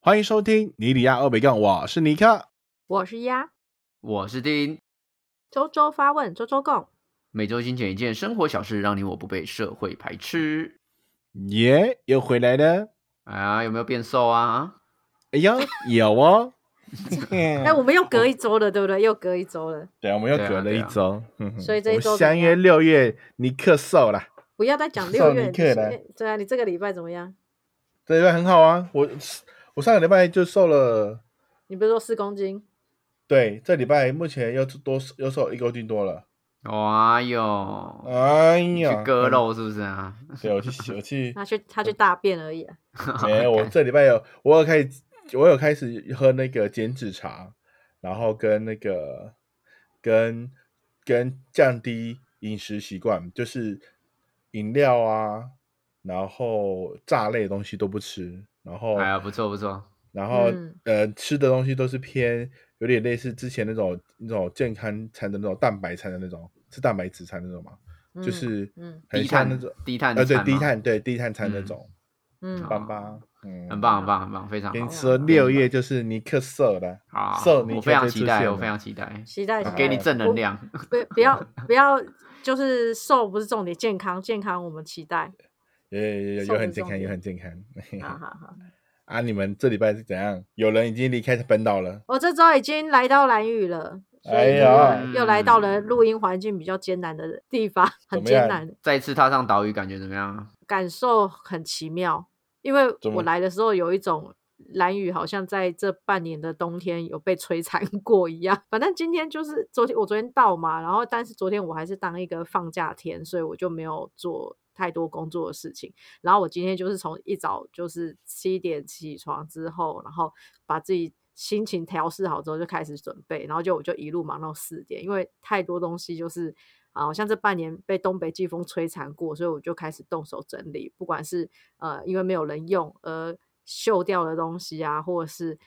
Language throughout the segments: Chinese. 欢迎收听尼里亚欧北杠，我是尼克。我是鸭，我是丁，周周发问，周周共。每周精选一件生活小事，让你我不被社会排斥。耶、又回来了。哎呀，有没有变瘦啊？哎呀，有 哦。哎、嗯我们又隔一周了，对不对？又隔一周了，对，我们又隔了一周，嗯哼哎所以这一周我们相约怎六月尼克瘦啦，不要再讲 少六月尼克来。你对啊，你这个礼拜怎么样？这礼拜很好啊。我我上个礼拜就瘦了，你不是说四公斤？对，这礼拜目前又多又瘦一公斤多了。哇哟，哎啊你呀，去割肉是不是啊？嗯！对，我去，我去，他去他去大便而已、啊。没有，我这礼拜有，我有开始，我有开始喝那个减脂茶，然后跟那个跟跟降低饮食习惯，就是饮料啊，然后炸类的东西都不吃，然后哎呀，不错不错，然后、嗯呃吃的东西都是偏有点类似之前那种那种健康餐的那种蛋白餐的那种，是蛋白质餐那种嘛，嗯、就是嗯很低像那碳种低碳呃对餐低嘛，碳对低碳餐那嗯种，嗯，棒棒，嗯，很棒很棒很棒，啊非常跟你好。说，六月就是尼克瘦了，好，瘦尼我克非常就期出待，现我了非常期待，期待期待给你正能量。不不要不要，就是瘦不是重点，健康健康我们期 待。有有有瘦有是很健重康，有点很健康。好好好，啊，你们这礼拜是怎样？有人已经离开本岛了，我这周已经来到蓝屿了。所哎以就呀又来到嗯了录音环境比较艰难的地方，怎很么艰样难。再次踏上岛屿，感觉怎么样？感受很奇妙，因为怎么我来的时候有一种蓝雨好像在这半年的冬天有被摧残 过一样。反正今天就是昨天我昨天到嘛，然后但是昨天我还是当一个放假天，所以我就没有做太多工作的事情。然后我今天就是从一早就是七点起床之后，然后把自己。心情调试好之后就开始准备，然后就我就一路忙到四点，因为太多东西就是啊，好像这半年被东北季风摧残过，所以我就开始动手整理，不管是呃因为没有人用而锈掉的东西啊，或者是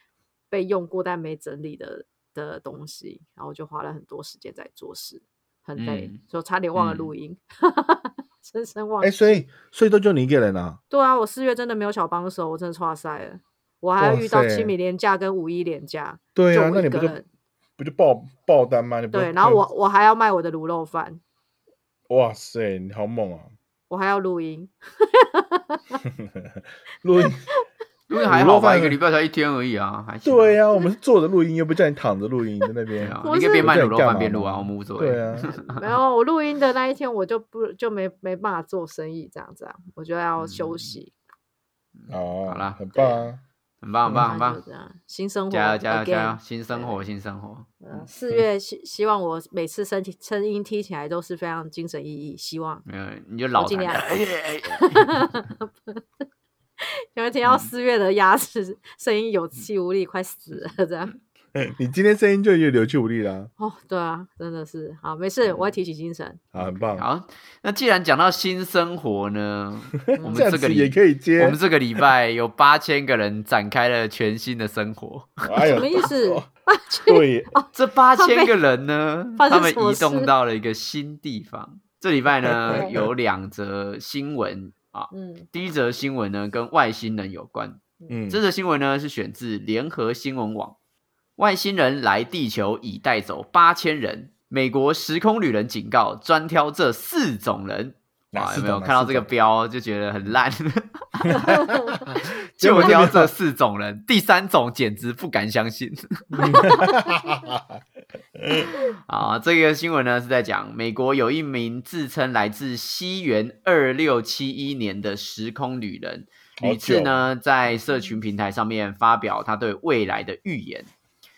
被用过但没整理的的东西，然后我就花了很多时间在做事，很累嗯，就、差点忘了嗯录音， 深深忘哎，所以所以都就你一个人啊？对啊，我四月真的没有小帮手，我真的差赛了。我还要哇遇到塞清明连假跟五一连假，对就啊，我那一你不个就人不就爆爆单吗？你不对，就然后这我我还要卖我的卤肉饭，哇塞，你好猛啊！我还要录 音，录 音因为还卤肉好吧，哎饭一个礼拜才一天而已啊，还行对呀，我们是坐着录音，又不叫你躺着录音，在那对边。啊，我你可以是边卖我在卤肉干饭嘛边录啊，呢我们无所谓。对啊，然后我录音的那一天我就不就没没办法做生意这样子啊，我就要休嗯息， 哦，好啦很棒啊！很棒很棒很那就棒这，样，新生活加油加油 again 加油！新生活新生活，呃，四月希希望我每次身体声音听起来都是非常精神奕奕，希 望没有你就老尽谈量 因为听嗯到四月的牙齿声音有气无力，快死了这样。你今天声音就有点有气无力啦，哦，对啊，真的是好，没事，我会提起精神。啊，很棒。好，那既然讲到新生活 呢，我们这样这子个礼也可以接我。们这个礼拜有八千个人展开了全新的生活。哎呦什么意思？对， 这八千个人呢，发他生们什么移事动到了一个新地方。这礼拜呢，对有两则新闻啊。 嗯第一则新闻呢，跟外星人有关。嗯，这则新闻呢，是选自联合新闻网。外星人来地球已带走八千人，美国时空旅人警告，专挑这四种人。哪哇，四有没有种哪看到四这个种标就觉得 很烂？ 就挑这四种人，第三种简直不敢相信。 啊，这个新闻呢是在讲美国有一名自称来自西元二六七一年的时空旅人，好久屡次呢在社群平台上面发表他对未来的预言。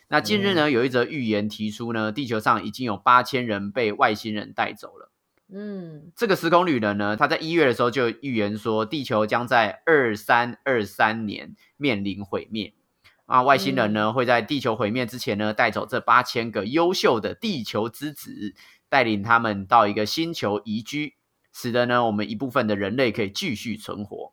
那近日嗯呢，有一则预言提出呢，地球上已经有八千人被外星人带走了。嗯这个时空旅人呢，他在一月的时候就预言说，地球将在二三二三年面临毁灭。啊，外星人呢会在地球毁灭之前呢，带走这八千个优秀的地球之子，带领他们到一个星球移居，使得呢我们一部分的人类可以继续存活。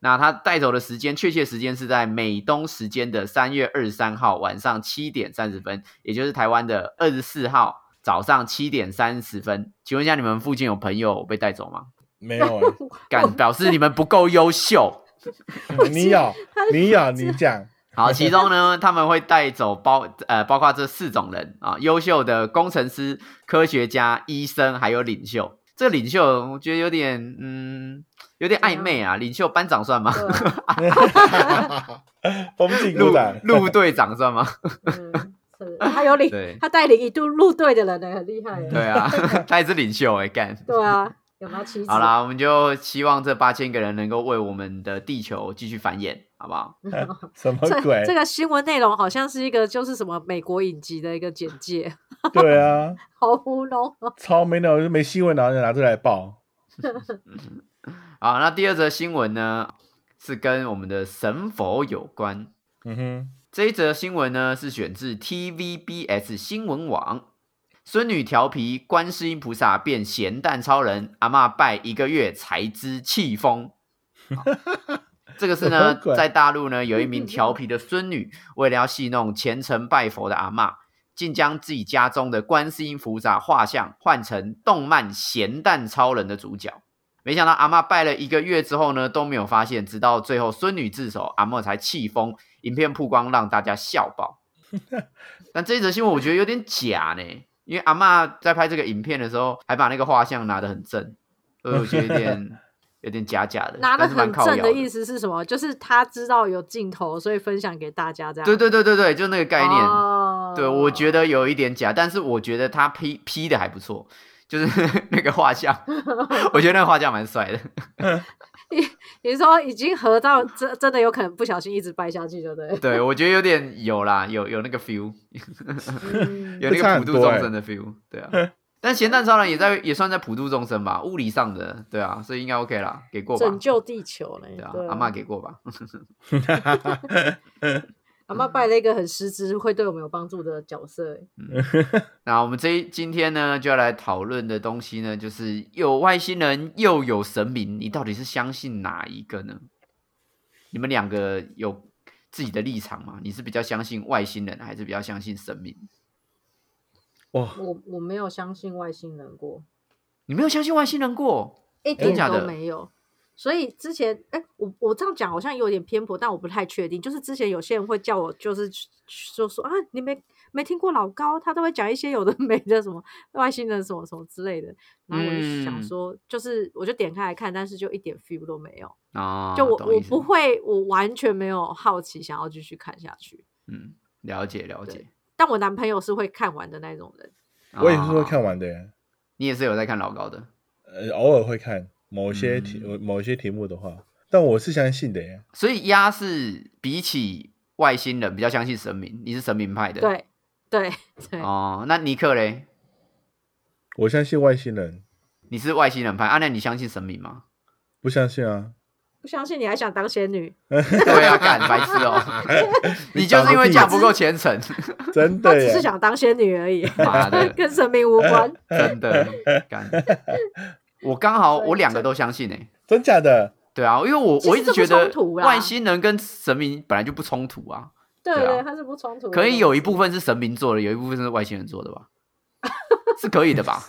那他带走的时间，确切时间是在美东时间的三月二十三号晚上七点三十分，也就是台湾的二十四号早上七点三十分。请问一下，你们附近有朋友被带走吗？没有哎，嗯敢表示你们不够优秀，你有，你有，你 讲。好，其中呢，他们会带走包呃，包括这四种人啊，优秀的工程师、科学家、医生，还有领袖。这领袖我觉得有点嗯，有点暧昧啊。领袖班长算吗？啊风景陆部长，陆队长算吗？嗯，是他有领对，他带领一度入队的人呢，很厉害 耶。对啊， 他也是领袖哎、干。对啊，有拿旗子。好啦，我们就希望这八千个人能够为我们的地球继续繁衍，好不好？什么鬼这？这个新闻内容好像是一个就是什么美国影集的一个简介， 对啊，好糊弄哦。超没脑，就没新闻，然后就拿出来报。好，那第二则新闻呢，是跟我们的神佛有关。嗯哼，这一则新闻呢，是选自 TVBS 新闻网。孙女调皮，观世音菩萨变咸蛋超人，阿嬷拜一个月才知气风。这个是呢什么，鬼在大陆呢，有一名调皮的孙女，为了要戏弄虔诚拜佛的阿嬷，竟将自己家中的观世音菩萨画像换成动漫咸蛋超人的主角。没想到阿嬷拜了一个月之后呢，都没有发现，直到最后孙女自首，阿嬷才气疯。影片曝光让大家笑爆。但这一则新闻我觉得有点假呢，因为阿嬷在拍这个影片的时候，还把那个画像拿得很正，所以我觉得有点有点假假的，拿的但是蛮很靠正腰的意。思是什么？就是他知道有镜头，所以分享给大家这样。对对对对对，就那个概念。啊哦对，我觉得有一点假，但是我觉得他 P P 的还不错，就是 那个 画像，我觉得那个画像蛮帅的。你说已经合到真真的有可能不小心一直掰下去，对不对？对，我 觉得有点有啦，有有那个 feel，嗯有那这差个很普度多众欸生的 feel，对啊。但咸蛋超人也在也算在普度众生吧，物理上的，对啊，所以应该 OK 啦，给过吧，拯救地球嘞，对啊对，阿嬷给过吧。 阿妈嗯拜了一个很实质会对我们有帮助的角色，欸那我们这一今天呢，就要来讨论的东西呢，就是有外星人又有神明，你到底是相信哪一个呢？你们两个有自己的立场吗？你是比较相信外星人，还是比较相信神明？哇，我我没有相信外星人过，你没有相信外星人过？一真点假的都没有。所以之前，哎、我我这样讲好像有点偏颇，但我不太确定。就是之前有些人会叫我，就是就说啊，你没没听过老高，他都会讲一些有的没的，什么外星人什么什么之类的。然后我就想嗯说，就是我就点开来看，但是就一点 feel 都没有。啊，就我懂我意思不会，我完全没有好奇想要继续看下去。嗯，了解了解。但我男朋友是会看完的那种人，我也是会啊，看完的耶，你也是有在看老高的呃，偶尔会看某些题、嗯某些题目的话，但我是相信的耶。所以鸭是比起外星人比较相信神明，你是神明派的。对对对，哦，那尼克嘞，我相信外星人，你是外星人派啊？那你相信神明吗？ 不相信啊？不相信你还想当仙女？对啊，干白痴哦、你就是因为嫁不够虔诚，真他的只耶是！想当仙女而已， 妈的，跟神明无关。真的干。我刚好所以我两个都相信诶、欸真假的？对啊，因为我其实我一直觉这得不冲突啦外星人跟神明本来就不冲突啊，对对啊对，他是不冲突的。可以有一部分是神明做的，有一部分是外星人做 的吧，是可以的吧？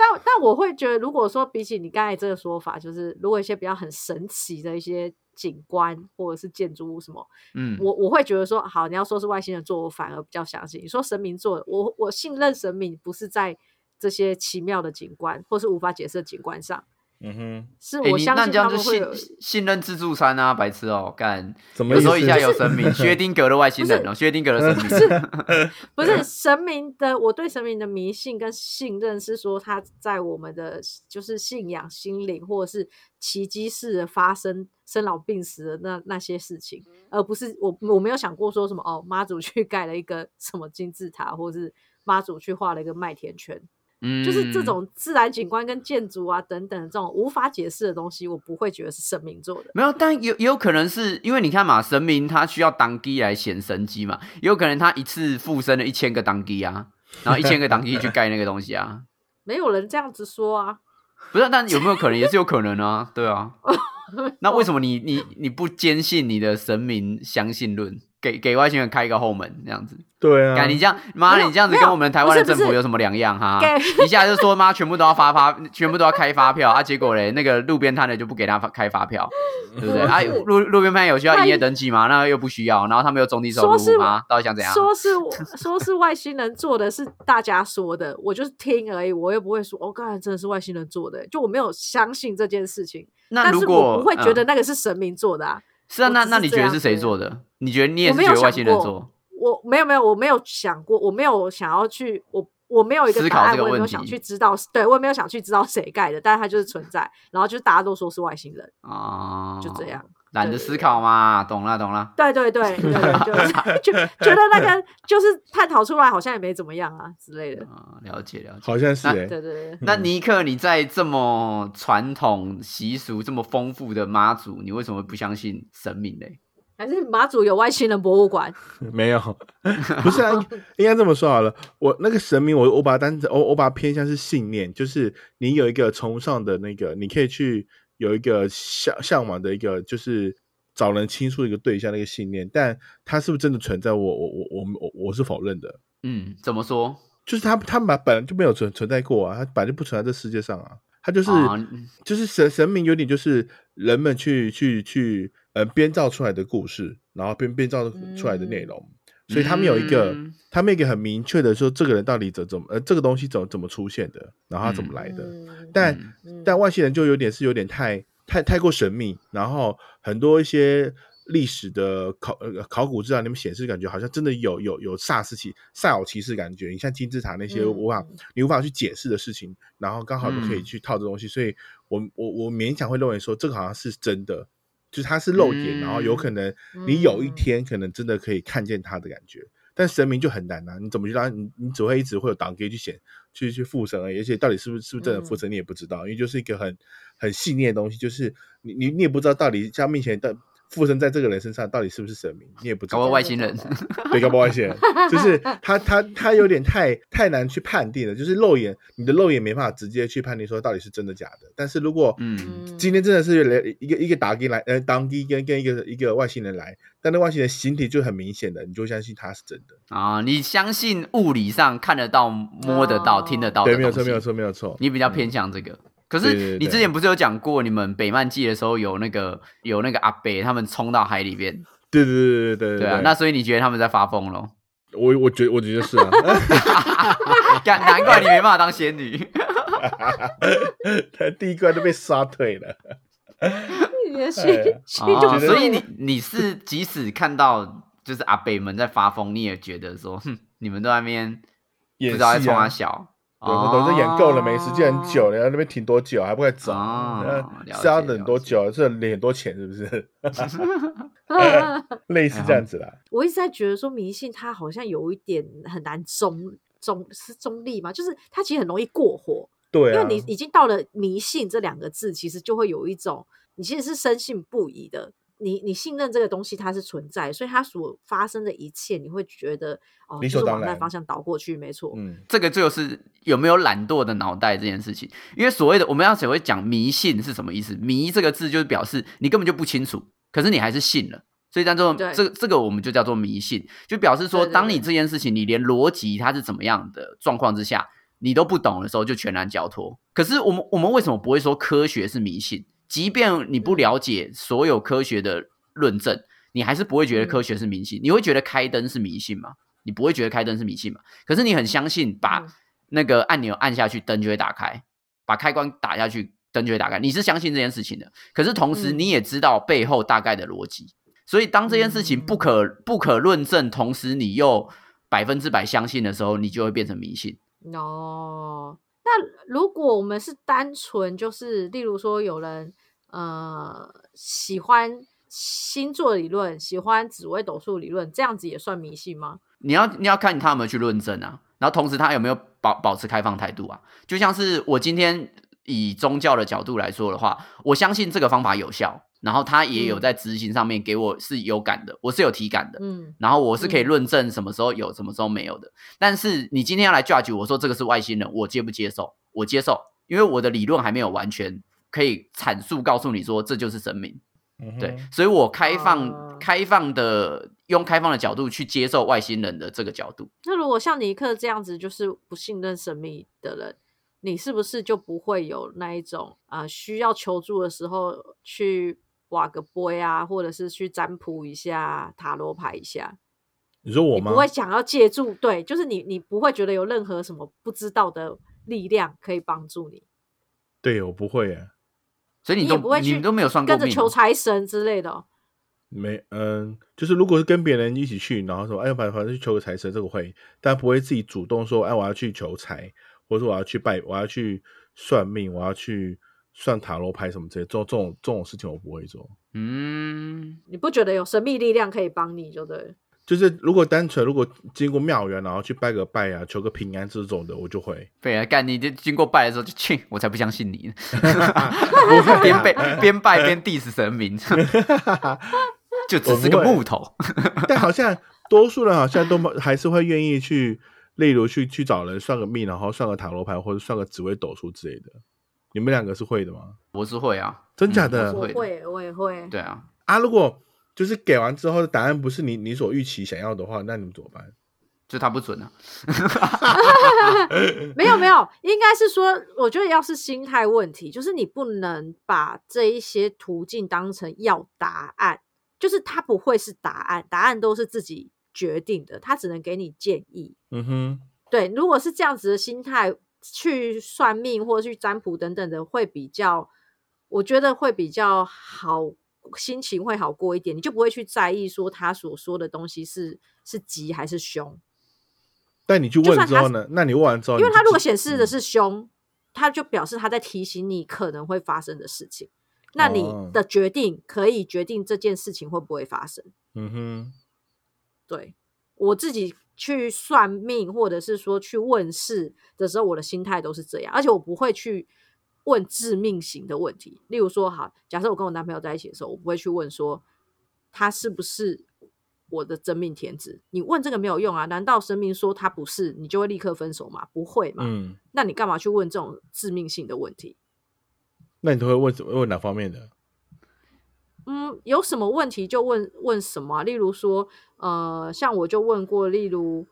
但但我会觉得，如果说比起你刚才这个说法，就是如果一些比较很神奇的一些景观或者是建筑物什么，嗯，我我会觉得说，好，你要说是外星人做，我反而比较相信。你说神明做的，我我信任神明不是在这些奇妙的景观或是无法解释的景观上，嗯哼，是诶我你相那信你这样他就们会有。信信任自助餐啊，白痴哦、干。怎么有意时候一下思？有 神明，薛定谔的外星人哦、薛定谔的神明， 不是神明的，我对神明的迷信跟信任是说，他在我们的就是信仰、心灵，或者是奇迹式的发生生老病死的那那些事情，而不是我我没有想过说什么哦，妈祖去盖了一个什么金字塔，或者是妈祖去画了一个麦田圈，嗯就是这种自然景观跟建筑啊等等这种无法解释的东西，我不会觉得是神明做的。没有，但有也有可能是因为你看嘛，神明他需要当机来显神机嘛，也有可能他一次附身了一千个当机啊，然后一千个当机去盖那个东西啊，没有人这样子说啊，不是？但有没有可能也是有可 能啊，对啊。那为什么你你你不坚信你的神明相信论？给给外星人开一个后门这样子。对感啊你，这样，妈没的，有你这样子跟我们台湾的政没有不是不府是有什么两样哈？给 一下就说妈，全部都要发 发，全部都要开发票啊！结果嘞，那个路边摊的就不给他发开 发票，对不对？啊，不是路路边摊有需要那营业你登记吗？那又不需要，然后他们又中低收说是入吗？到底想怎样？说是我说是外星人做的，是大家说的，我就是听而已，我又不会说哦，刚才真的是外星人做的，欸就我没有相信这件事情，那但如是果我不会觉得嗯那个是神明做的啊，是啊，我那只那是你这觉得样是谁觉做的？你觉得你也我是没觉有得外想星人过做？我没有没有，我没有想过，我没有想要去，我我没有一思个考答案，这个我也没有问想题去知道，对我也没有想去知道谁盖的，但是它就是存在，然后就是大家都说是外星人，啊，就这样。，懒得对对思对考嘛，懂了懂了。对对对对 对，就是就觉得那个就是探讨出来好像也没怎么样啊之类的。啊，了解了解。好像是那哎、对对对，那尼克，你在这么传统习俗、这么丰富的妈祖，你为什么不相信神明嘞？还是马祖有外星人博物馆，没有，不是啊，应应该这么说好了。我那个神明，我我把它当成，我我把它偏向是信念，就是你有一个崇尚的那个，你可以去有一个向向往的一个，就是找人倾诉一个对象的一个信念，但它是不是真的存在我？我我我我我是否认的，嗯，怎么说？就是它它本本来就没有存存在过啊，它本来就不存在这世界上啊，它就是、啊就是神神明有点就是人们去去去呃编造出来的故事，然后编编造出来的内容，所以他们有一个、嗯他们有一个很明确的说，这个人到底怎怎么呃这个东西怎么怎么出现的，然后他怎么来的。嗯但、嗯嗯但外星人就有点是有点太太太过神秘，然后很多一些历史的考呃考古资料里面显示，感觉好像真的有有有萨斯奇萨尔骑士感觉，你像金字塔那些嗯无法、嗯你无法去解释的事情，然后刚好都可以嗯去套这东西，所以我我我勉强会认为说这个好像是真的。就是它是漏点，然后有可能你有一嗯天可能真的可以看见它的感觉，但神明就很难啊，你怎么去让它你你只会一直会有档给去显去去附身而已，而且到底是不是是不是真的附嗯身你也不知道，因为就是一个很很细腻的东西，就是你你你也不知道到底像面前的附身在这个人身上到底是不是神明，你也不知搞不好道，外星人， 对，搞不好外星人，就是他他他有点太太难去判定了，就是肉眼你的肉眼没办法直接去判定说到底是真的假的，但是如果 嗯，今天真的是来一个一个打给来，呃，当地跟跟一个一个外星人来，但那外星人形体就很明显的，你就相信他是真的。啊，你相信物理上看得到、摸得到、哦听得到的对，没有东西？错，没有错，没有错。你比较偏向这个。可对对是对你之前不是有讲过，你们北漫季的时候有那个有那个阿伯他们冲到海里边，对对对对对对啊，那所以你觉得他们在发疯咯？我我觉我觉得是 啊，干难怪你没办法当 仙女。他第一关都被杀退了。你的心哎呀心就哦，不觉得所对以 你你是即使看到就是阿北们在发疯，你也觉得说，哼，你们都在那边不演知道在戏冲他啊，小，对，都是演够了没？时间很久了。了，然后那边挺多久还不快走？哦呃了解是要等多久？是领很多钱是不是？类似这样子啦。我一直在觉得说迷信它好像有一点很难中中是中立嘛，就是它其实很容易过火，对因为啊，你已经到了迷信这两个字，其实就会有一种你其实是深信不疑的，你你信任这个东西它是存在，所以它所发生的一切，你会觉得哦，理就所是当往那然方向倒过去，没错，嗯，这个就是有没有懒惰的脑袋这件事情。因为所谓的我们要所谓讲迷信是什么意思？迷这个字就是表示你根本就不清楚，可是你还是信了。所以叫做对这个这个我们就叫做迷信，就表示说，对对当你对这件事情你连逻辑它是怎么样的状况之下，你都不懂的时候，就全然交托。可是我们我们为什么不会说科学是迷信？即便你不嗯了解所有科学的论证，你还是不会觉得嗯科学是迷信。你会觉得开灯是迷信吗？你不会觉得开灯是迷信吗？可是你很相信把嗯那个按钮按下去，灯就会打开；把开关打下去，灯就会打开。你是相信这件事情的，可是同时嗯你也知道背后大概的逻辑。所以当这件事情不嗯可不可论证，同时你又百分之百相信的时候，你就会变成迷信。哦，那如果我们是单纯就是，例如说有人呃喜欢星座理论，喜欢紫微斗数理论，这样子也算迷信吗？你要你要看他有没有去论证啊，然后同时他有没有保保持开放态度啊。就像是我今天以宗教的角度来说的话，我相信这个方法有效，然后他也有嗯在执行上面给我是有感的，我是有体感的，嗯然后我是可以嗯论证什么时候有，什么时候没有的。但是你今天要来 judge 我说这个是外星人，我接不接受？我接受，因为我的理论还没有完全可以阐述告诉你说这就是神明。嗯哼对，所以我开放、啊开放的用开放的角度去接受外星人的这个角度。那如果像尼克这样子，就是不信任神秘的人，你是不是就不会有那一种啊、呃需要求助的时候去挖个杯啊，或者是去占卜一下、塔罗牌一下？你说我你吗不？会想要借助，对，就是你，你不会觉得有任何什么不知道的力量可以帮助你，对，我不会耶，所以你你都也不会去你都没有算过跟着命求哦，财神之类的哦、没，嗯，就是如果是跟别人一起去，然后说，哎，反反正去求个财神，这个会，但不会自己主动说，哎，我要去求财，或者说我要去拜，我要去算命，我要去算塔罗牌什么之类，这种这种这种事情我不会做。嗯，你不觉得有神秘力量可以帮你就对了。就是如果单纯如果经过庙园，然后去拜个拜啊，求个平安这种的，我就会。对啊，干你这经过拜的时候就去，我才不相信你呢， 不会啊啊边拜边拜边 diss 神明， 就只是个我不会木头。 但好像多数人好像都还是会愿意去，例如去去找人算个命，然后算个塔罗牌或者算个紫微斗数之类的。你们两个是会的吗？我是会啊， 真假嗯的我我是会的，会，我也会。对啊，啊，如果就是给完之后的答案不是你你所预期想要的话，那你们怎么办？就他不准啊，没有没有，应该是说，我觉得要是心态问题，就是你不能把这一些途径当成要答案，就是它不会是答案，答案都是自己决定的，它只能给你建议。嗯哼，对，如果是这样子的心态去算命或去占卜等等的，会比较，我觉得会比较好，心情会好过一点，你就不会去在意说他所说的东西是是吉还是凶，但你去就算问之后他呢？那你问完之后你因就为知，他如果显示的嗯是凶，他就表示他在提醒你可能会发生的事情，那你哦的决定可以决定这件事情会不会发生。嗯哼，对我自己去算命或者是说去问事的时候，我的心态都是这样，而且我不会去问致命型的问题。例如说，好，假设我跟我男朋友在一起的时候，我不会去问说他是不是我的真命天子。你问这个没有用啊？难道神明说他不是，你就会立刻分手吗？不会嘛？嗯，那你干嘛去问这种致命性的问题？那你都会问什么问哪方面的？嗯，有什么问题就问问什么啊、例如说，呃，像我就问过，例如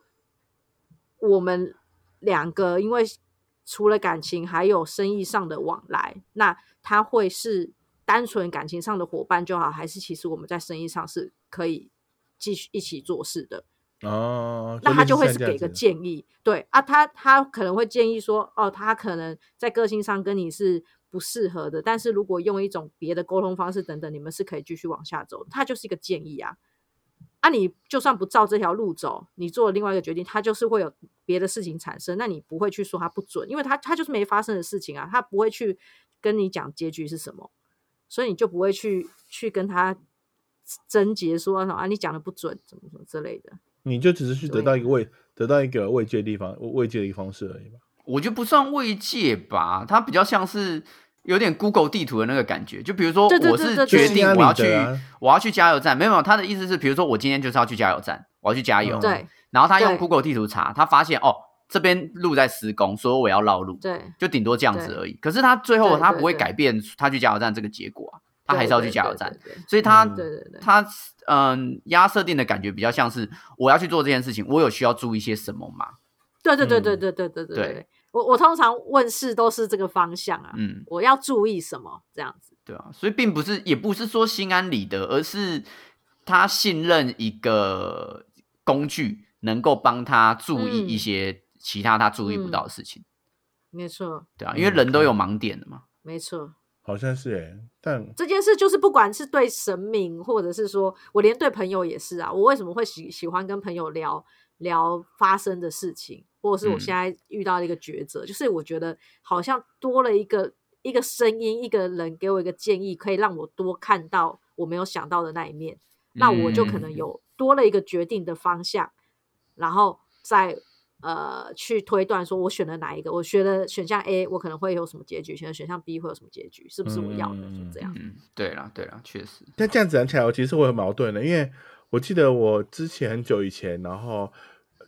我们两个，因为除了感情，还有生意上的往来，那他会是单纯感情上的伙伴就好，还是其实我们在生意上是可以继续一起做事的？哦，那他就会类是似像给个这样建议，对啊，他他可能会建议说，哦，他可能在个性上跟你是不适合的，但是如果用一种别的沟通方式等等，你们是可以继续往下走，他就是一个建议啊。啊，你就算不照这条路走，你做了另外一个决定，他就是会有别的事情产生，那你不会去说他不准，因为他他就是没发生的事情啊，他不会去跟你讲结局是什么，所以你就不会去去跟他争结说啊，你讲的不准，怎么怎么之类的。子，你就只是去得对到一个慰得到一个慰藉的地方，慰藉的一个方式而已吧。我就不算慰藉吧，它比较像是有点 Google 地图的那个感觉。就比如说，对对我对是对决对定心安我要理去得啊，我要去加油站，没有没有，他的意思是，比如说我今天就是要去加油站，我要去加油，嗯对然后他用对 Google 地图查，他发现哦这边路在施工，所以我要绕路，对，就顶多这样子对而已。可是他最后对他对不会对改变他去加油站这个结果啊，他还对是要去对加对油站，对对所以他嗯对对对，他嗯压设定的感觉比较像是我要去做这件事情，我有需要注意些什么吗？对对对对嗯对对对对对对。我我通常问事都是这个方向啊，嗯，我要注意什么这样子。对啊，所以并不是，也不是说心安理得，而是他信任一个工具，能够帮他注意一嗯些其他他注意不到的事情，没错，对啊，因为嗯人都可以有盲点的嘛，没错，好像是哎，嗯但这件事就是不管是对神明，或者是说我连对朋友也是啊。我为什么会喜喜欢跟朋友聊聊发生的事情，或者是我嗯现在遇到的一个抉择，就是我觉得好像多了一个一个声音，一个人给我一个建议，可以让我多看到我没有想到的那一面。那我就可能嗯有多了一个决定的方向，然后再呃去推断说我选了哪一个，我选了选项 A，我可能会有什么结局，选了选项 B 会有什么结局，是不是我要的？嗯就这样，嗯，对啦，对啦，确实，但这样子讲起来，我其实我很矛盾的，因为我记得我之前很久以前，然后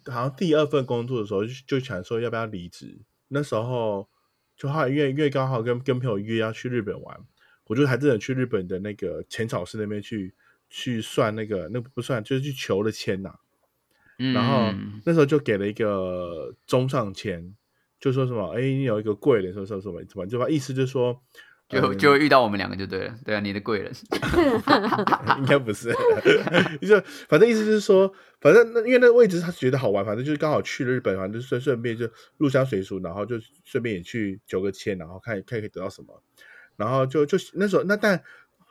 好像第二份工作的时候就就想说要不要离职，那时候就后来因为因为刚好跟跟朋友约要去日本玩，我就还真的去日本的那个浅草寺那边去去算那个，那不算，就是去求的签呐、嗯然后那时候就给了一个中上签，就说什么，哎，你有一个贵人，说什么什么什么，就把意思就是说，就嗯就遇到我们两个就对了，对啊，你的贵人， 应该不是，就反正意思就是说，反正那因为那个位置他觉得好玩，反正就是刚好去了日本，反正就顺顺便就入乡随俗，然后就顺便也去求个签，然后看看可以得到什么，然后就就那时候那但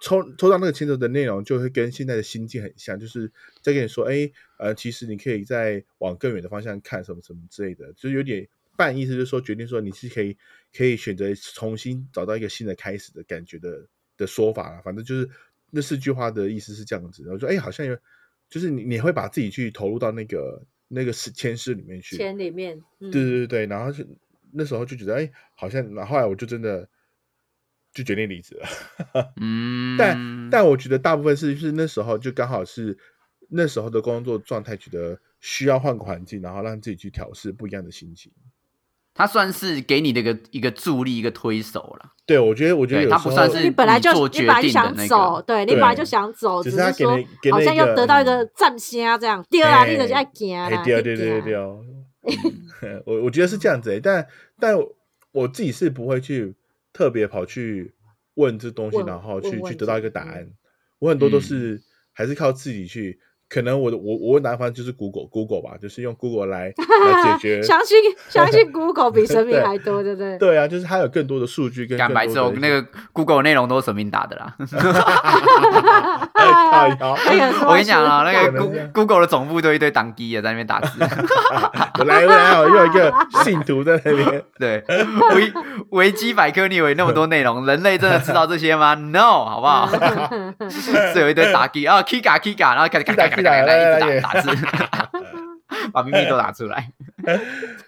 抽抽到那个签的的内容就会跟现在的心境很像，就是在跟你说，哎，呃，其实你可以再往更远的方向看，什么什么之类的，就是有点半意思，就是说决定说你是可以可以选择重新找到一个新的开始的感觉的的说法啦。反正就是那四句话的意思是这样子。然后说，哎，好像有，就是你你会把自己去投入到那个那个是签诗里面去，钱里面，嗯，对对对对，然后就那时候就觉得，哎，好像，然后后来我就真的就决定离职了。嗯， 但但我觉得大部分是是那时候就刚好是那时候的工作状态，觉得需要换个环境，然后让自己去调试不一样的心情。他算是给你的一个一个助力，一个推手了。对，我觉得我觉得对有时它候不算就是你本来就你做你本来就决定的想那个走，对你对本来就想走，只只是他给说了给好了像一要个得到一嗯个赞声啊这样。对啦，你就是哎爱行啊啦，哎，对你对对对行对 哦，嗯 我我觉得是这样子、欸，但但我自己是不会去特别跑去问这东西，问然后问去去问得到这一个个答嗯案。我很多都嗯是还是靠自己去，可能我的我我南方就是 Google Google 吧，就是用 Google 来来解决。相信相信 Google 比神明对还多，对不对？对啊，就是它有更多的数据跟干更白多之后，的一那些个 Google 内容都是神明打 的啦。哎靠 哎呀 腰，是吧我跟你讲啊，那是个的是的 Goo- Google 的总部都一堆当机的在那边打字。我来我来，我又有一个 信徒在那边。对，维维基百科，你以为那么多内容，人类真的知道这些吗？No，好不好？ 嗯是有一堆打机啊，Kika Kika，然后开始咔咔咔咔咔咔一直打打哎字， 把秘密都打出来。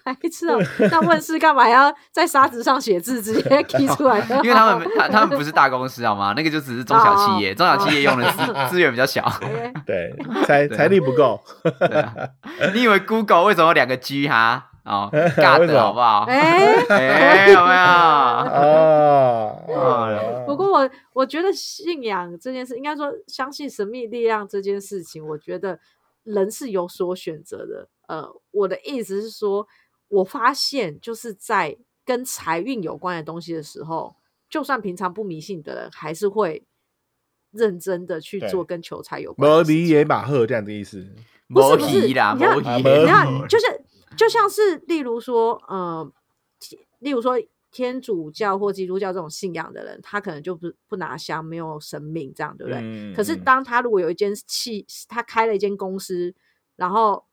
白痴哦！那问世干嘛还要在沙子上写字，直接踢出来？因为他们他他们不是大公司好吗？那个就只是中小企哦业，中小企业用的哦资资源比较小。哎 对，财对啊财力不够，对啊，你以为 Google 为什么有两个 G 哈？哦，尬哎为什么的好不好？哎，哎，有没有？啊啊不过我我觉得信仰这件事，应该说相信神秘力量这件事情，我觉得人是有所选择的。呃，我的意思是说，我发现就是在跟财运有关的东西的时候，就算平常不迷信的人，还是会认真的去对做跟求财有关摩的事尼情。野马赫这样的意思。不是摩不是鱼啦，你看摩啊鱼，摩你鱼看，就是就像是例如说，呃，天例如说天主教或基督教这种信仰的人，他可能就不不拿香，没有神明这样，对不对？嗯可是嗯当他如果有一间企，他开了一间公司，然后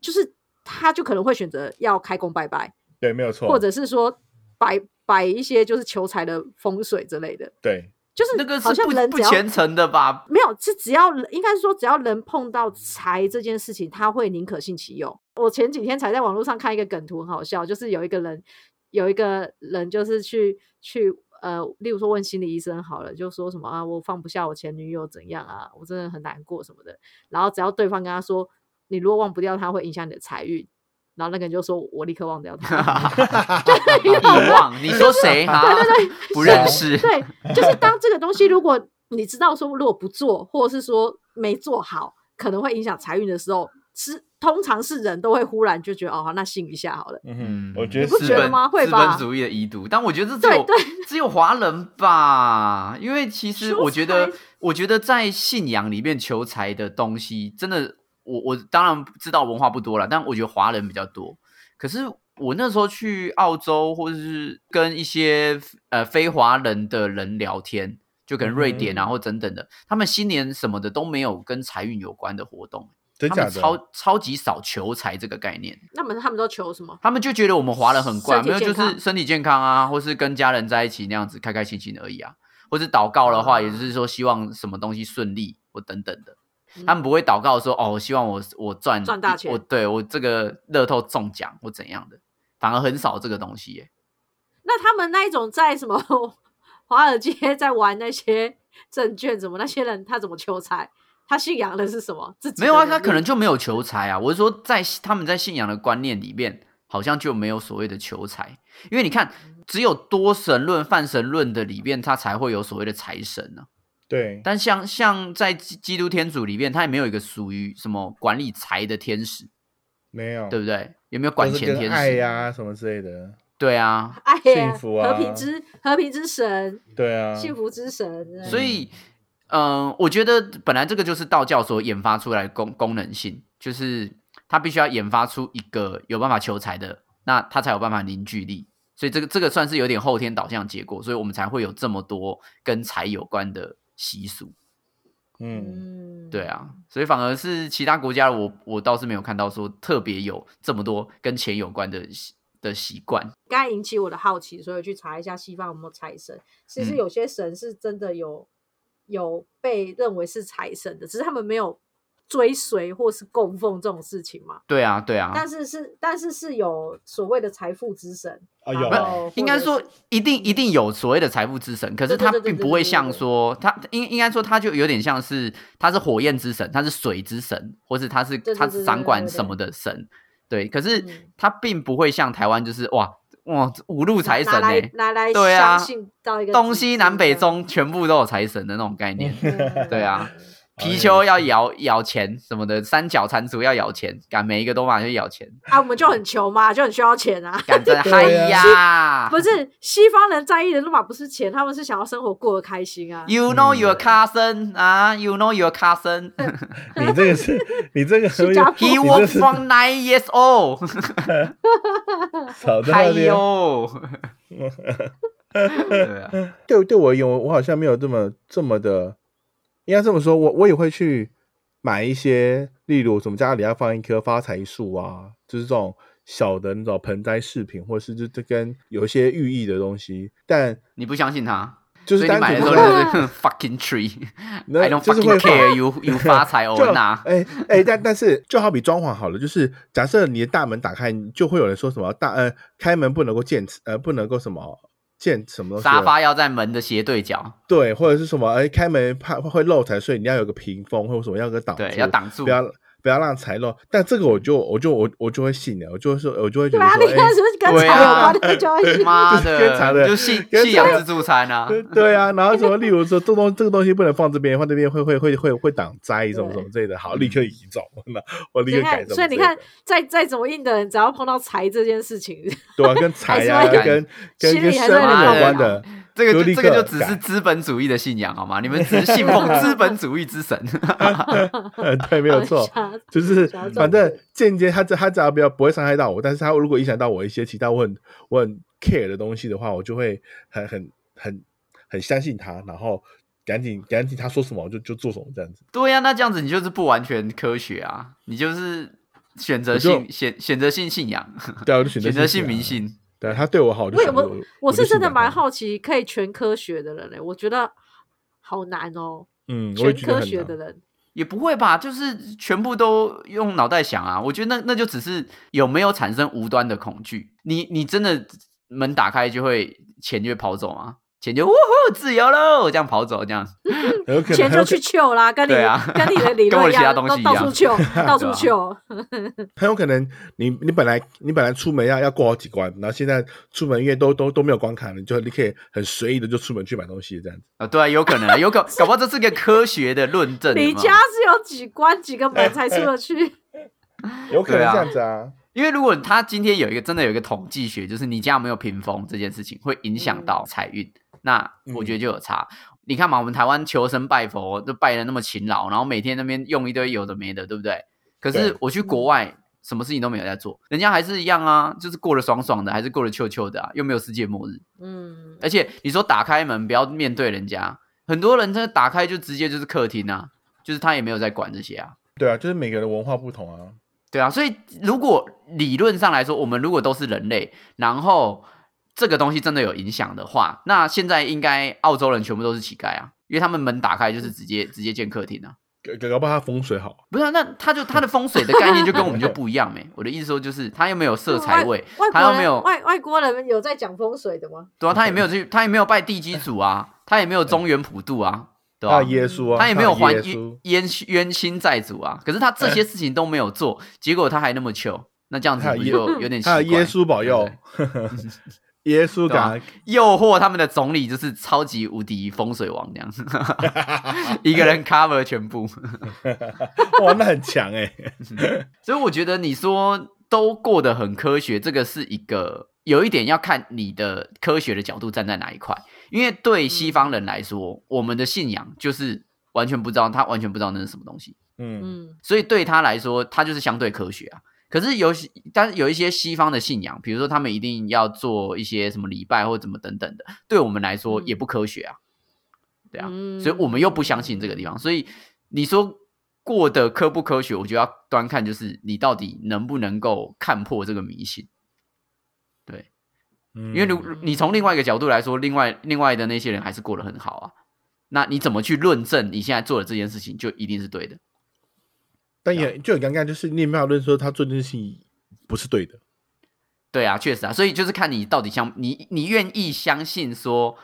就是他就可能会选择要开工拜拜，对，没有错，或者是说摆摆一些就是求财的风水之类的，对，就是那个好是像不人不只要虔诚的吧？没有，是只要人应该是说，只要人碰到财这件事情，他会宁可信其有。我前几天才在网络上看一个梗图，很好笑，就是有一个人，有一个人就是去去呃，例如说问心理医生好了，就说什么啊，我放不下我前女友怎样啊，我真的很难过什么的。然后只要对方跟他说，你如果忘不掉他，会影响你的财运。然后那个人就说：“我立刻忘掉他。 啊遗忘，你 说谁哈？不认识”，对，就是当这个东西，如果你知道说，如果不做，或者是说没做好，可能会影响财运的时候，是通常是人都会忽然就觉得哦，好那信一下好了。嗯哼，我觉得你不是资觉得本吗会资吧本主义的遗毒，但我觉得这只有对 只有华人吧，因为其实求我觉得财，我觉得在信仰里面求财的东西，真的，我我当然知道文化不多了，但我觉得华人比较多。可是我那时候去澳洲，或者是跟一些呃非华人的人聊天，就可能瑞典啊嗯或等等的，他们新年什么的都没有跟财运有关的活动，真他假们的，超超级少求财这个概念。那么他们都求什么？他们就觉得我们华人很怪，身体没有就健康是身体健康啊，或是跟家人在一起那样子开开心心而已啊，或是祷告的话，啊也就是说希望什么东西顺利或等等的。嗯他们不会祷告说哦，希望我我赚赚大钱我对我这个乐透中奖或怎样的，反而很少这个东西耶。那他们那一种在什么 华尔街在玩那些证券什么那些人，他怎么求财？他信仰的是什么？自己的没有啊，能他可力能就没有求财啊。我是说在，他们在信仰的观念里面，好像就没有所谓的求财，因为你看，只有多神论、泛神论的里面，他才会有所谓的财神呢、啊对，但像像在基基督天主里面，他也没有一个属于什么管理财的天使，没有对不对？也没有都管是钱跟天爱使？呀、什么之类的，对啊，爱哎呀幸福啊和平之和平之神，对啊，幸福之神。对所以，嗯、我觉得本来这个就是道教所研发出来的功功能性，就是它必须要研发出一个有办法求财的，那它才有办法凝聚力。所以这个这个算是有点后天导向的结果，所以我们才会有这么多跟财有关的习俗。嗯，嗯，对啊，所以反而是其他国家我，我倒是没有看到说特别有这么多跟钱有关的习的习惯。刚才引起我的好奇，所以我去查一下西方有没有财神。其实嗯有些神是真的有、有被认为是财神的，只是他们没有追随或是供奉这种事情嘛。对啊，对啊，但是是但是是有所谓的财富之神，啊然有后啊或者哦应该说是一定一定有所谓的财富之神，可是他对对对对并不会对对像对说他应应该说他就有点像是他是火焰之神，他是水之神，或是他是对对他对是对掌对管对什么的神，对，可是嗯他并不会像台湾就是哇哇五路财神拿呢、来拿来对啊相信到一个东极西致南北这样，中全部都有财神的那种概念，嗯对啊，也貔貅是要咬咬钱什么的，三角蟾蜍要咬钱，敢每一个都马上咬钱，啊，我们就很穷嘛，就很需要钱啊。敢真对嗨啊呀不是西方人在意的，那嘛不是钱，他们是想要生活过得开心啊。 ！You know your cousin 啊，You know your cousin。你这个 是，你这个新加坡你 He 这 was 是 from nine years old 少 在哎那边。呦， 对啊，对对我而言，我我好像没有这么这么的，应该这么说，我我也会去买一些，例如什么家里要放一棵发财树啊，就是这种小的那种盆栽饰品，或是就这跟有一些寓意的东西，但你不相信他，就是所以你单买纯的时候是就单纯是 哼 fucking tree，I 那 don't 就是会 fucking care you you 发财 就哦那，哎哎，但但是就好比装潢好了，就是假设你的大门打开，就会有人说什么大呃开门不能够见呃不能够什么见什么东西沙了发要在门的斜对角，对，或者是什么哎开门怕会漏财，所以你要有个屏风或者什么要有个挡对，住要挡住不。要不要让财漏。但这个我就我就我我就会信了，我就会说我就会觉对得啊，你说，看哎是不是跟对财有啊关的就会 妈就是跟常的，人就信 跟信仰常人自助 餐啊！对对啊，然后什么，例如说这东这个东西不能放这边，放这边会会会会会挡灾什么什么之类的，好，嗯立刻移走，那我立刻你改看，什么之类的。所以你看，再再怎么硬的人，只要碰到财这件事 情，对啊，跟财啊 还是，会跟跟心跟里跟还生是会命有很关懊恼的，这个就就立这个刻就只是改资本主义的信仰好吗？你们只是信奉 资本主义之神。 啊对， 没有错。就是想要反赚正钱间接他只他只要不要不会伤害到我，但是他如果影响到我一些其他我很我很 care 的东西的话，我就会很很很很相信他，然后赶紧赶紧他说什么我就就做什么这样子。对啊呀、那这样子你就是不完全科学啊，你就是选择我性就选选择性信仰，对啊，我就选择选择性性迷信啊。信。对啊，他对我好我就我选择我我就是啊信真的任蛮他，好奇，可以全科学的人嘞、欸我觉得好难哦，嗯，我也全觉得科很学难的人，也不会吧，就是全部都用脑袋想啊。我觉得那那就只是有没有产生无端的恐惧。你你真的门打开就会钱就会跑走吗？钱就呜呼自由喽，这样跑走这样。有可能钱很有可就去求啦，跟你、对啊跟你的 理跟我论的一其他样，东都西一到样 处求，到处对啊求，很有可能你你本来你本来出门要要过好几关，然后现在出门因为都都都没有关卡了，你就你可以很随意的就出门去买东西这样子。啊、对啊，有可能啊，有可搞不好这是个科学的论证。有你没有家是有几关几个门才出得 去？有可能对啊这样子啊，因为如果他今天有一个真的有一个统计学，就是你家有没有屏风这件事情，会影响到财运，那我觉得就有差。你看嘛，我们台湾求神拜佛就拜的那么勤劳，然后每天那边用一堆有的没的，对不对？可是对我去国外，什么事情都没有在做，人家还是一样啊，就是过得爽爽的，还是过得秋秋的啊，又没有世界末日。嗯，而且你说打开门不要面对人家，很多人真的打开就直接就是客厅啊，就是他也没有在管这些啊。对啊，就是每个人文化不同啊。对啊，所以如果理论上来说，我们如果都是人类，然后这个东西真的有影响的话，那现在应该澳洲人全部都是乞丐啊，因为他们门打开就是直接直接见客厅啊。搞搞不好他风水好，不是啊、那他就他的风水的概念就跟我们就不一样没、我的意思说就是他又没有色彩位，外他国又人没有外外国人有在讲风水的吗？对啊，他也没有去，他也没有拜地基主啊，他也没有中原普渡啊，对吧、他有耶稣啊，他也没有还耶冤稣，哎冤冤亲债主啊，可是他这些事情都没有做，结果他还那么糗，那这样子他有不耶就有点奇他怪？有耶稣保对不佑对， 耶稣感诱惑他们的总理就是超级无敌风水王这样， 一个人 cover 全部。啊哇，那很强哎、所以我觉得你说都过得很科学，这个是一个有一点要看你的科学的角度站在哪一块。因为对西方人来说，我们的信仰就是完全不知道，他完全不知道那是什么东西，嗯嗯所以对他来说，他就是相对科学啊。可是有些，但是有一些西方的信仰，比如说他们一定要做一些什么礼拜或怎么等等的，对我们来说嗯也不科学啊。对啊，嗯所以我们又不相信这个地方。所以你说过得科不科学，我就要端看就是你到底能不能够看破这个迷信。嗯，因为如你从另外一个角度来说，另外另外的那些人还是过得很好啊。那你怎么去论证你现在做的这件事情就一定是对的？但也就很尴尬，就是你也没有论说他做这件事情不是对的， 对啊，确实啊，所以就是看你到底相你你愿意相信说，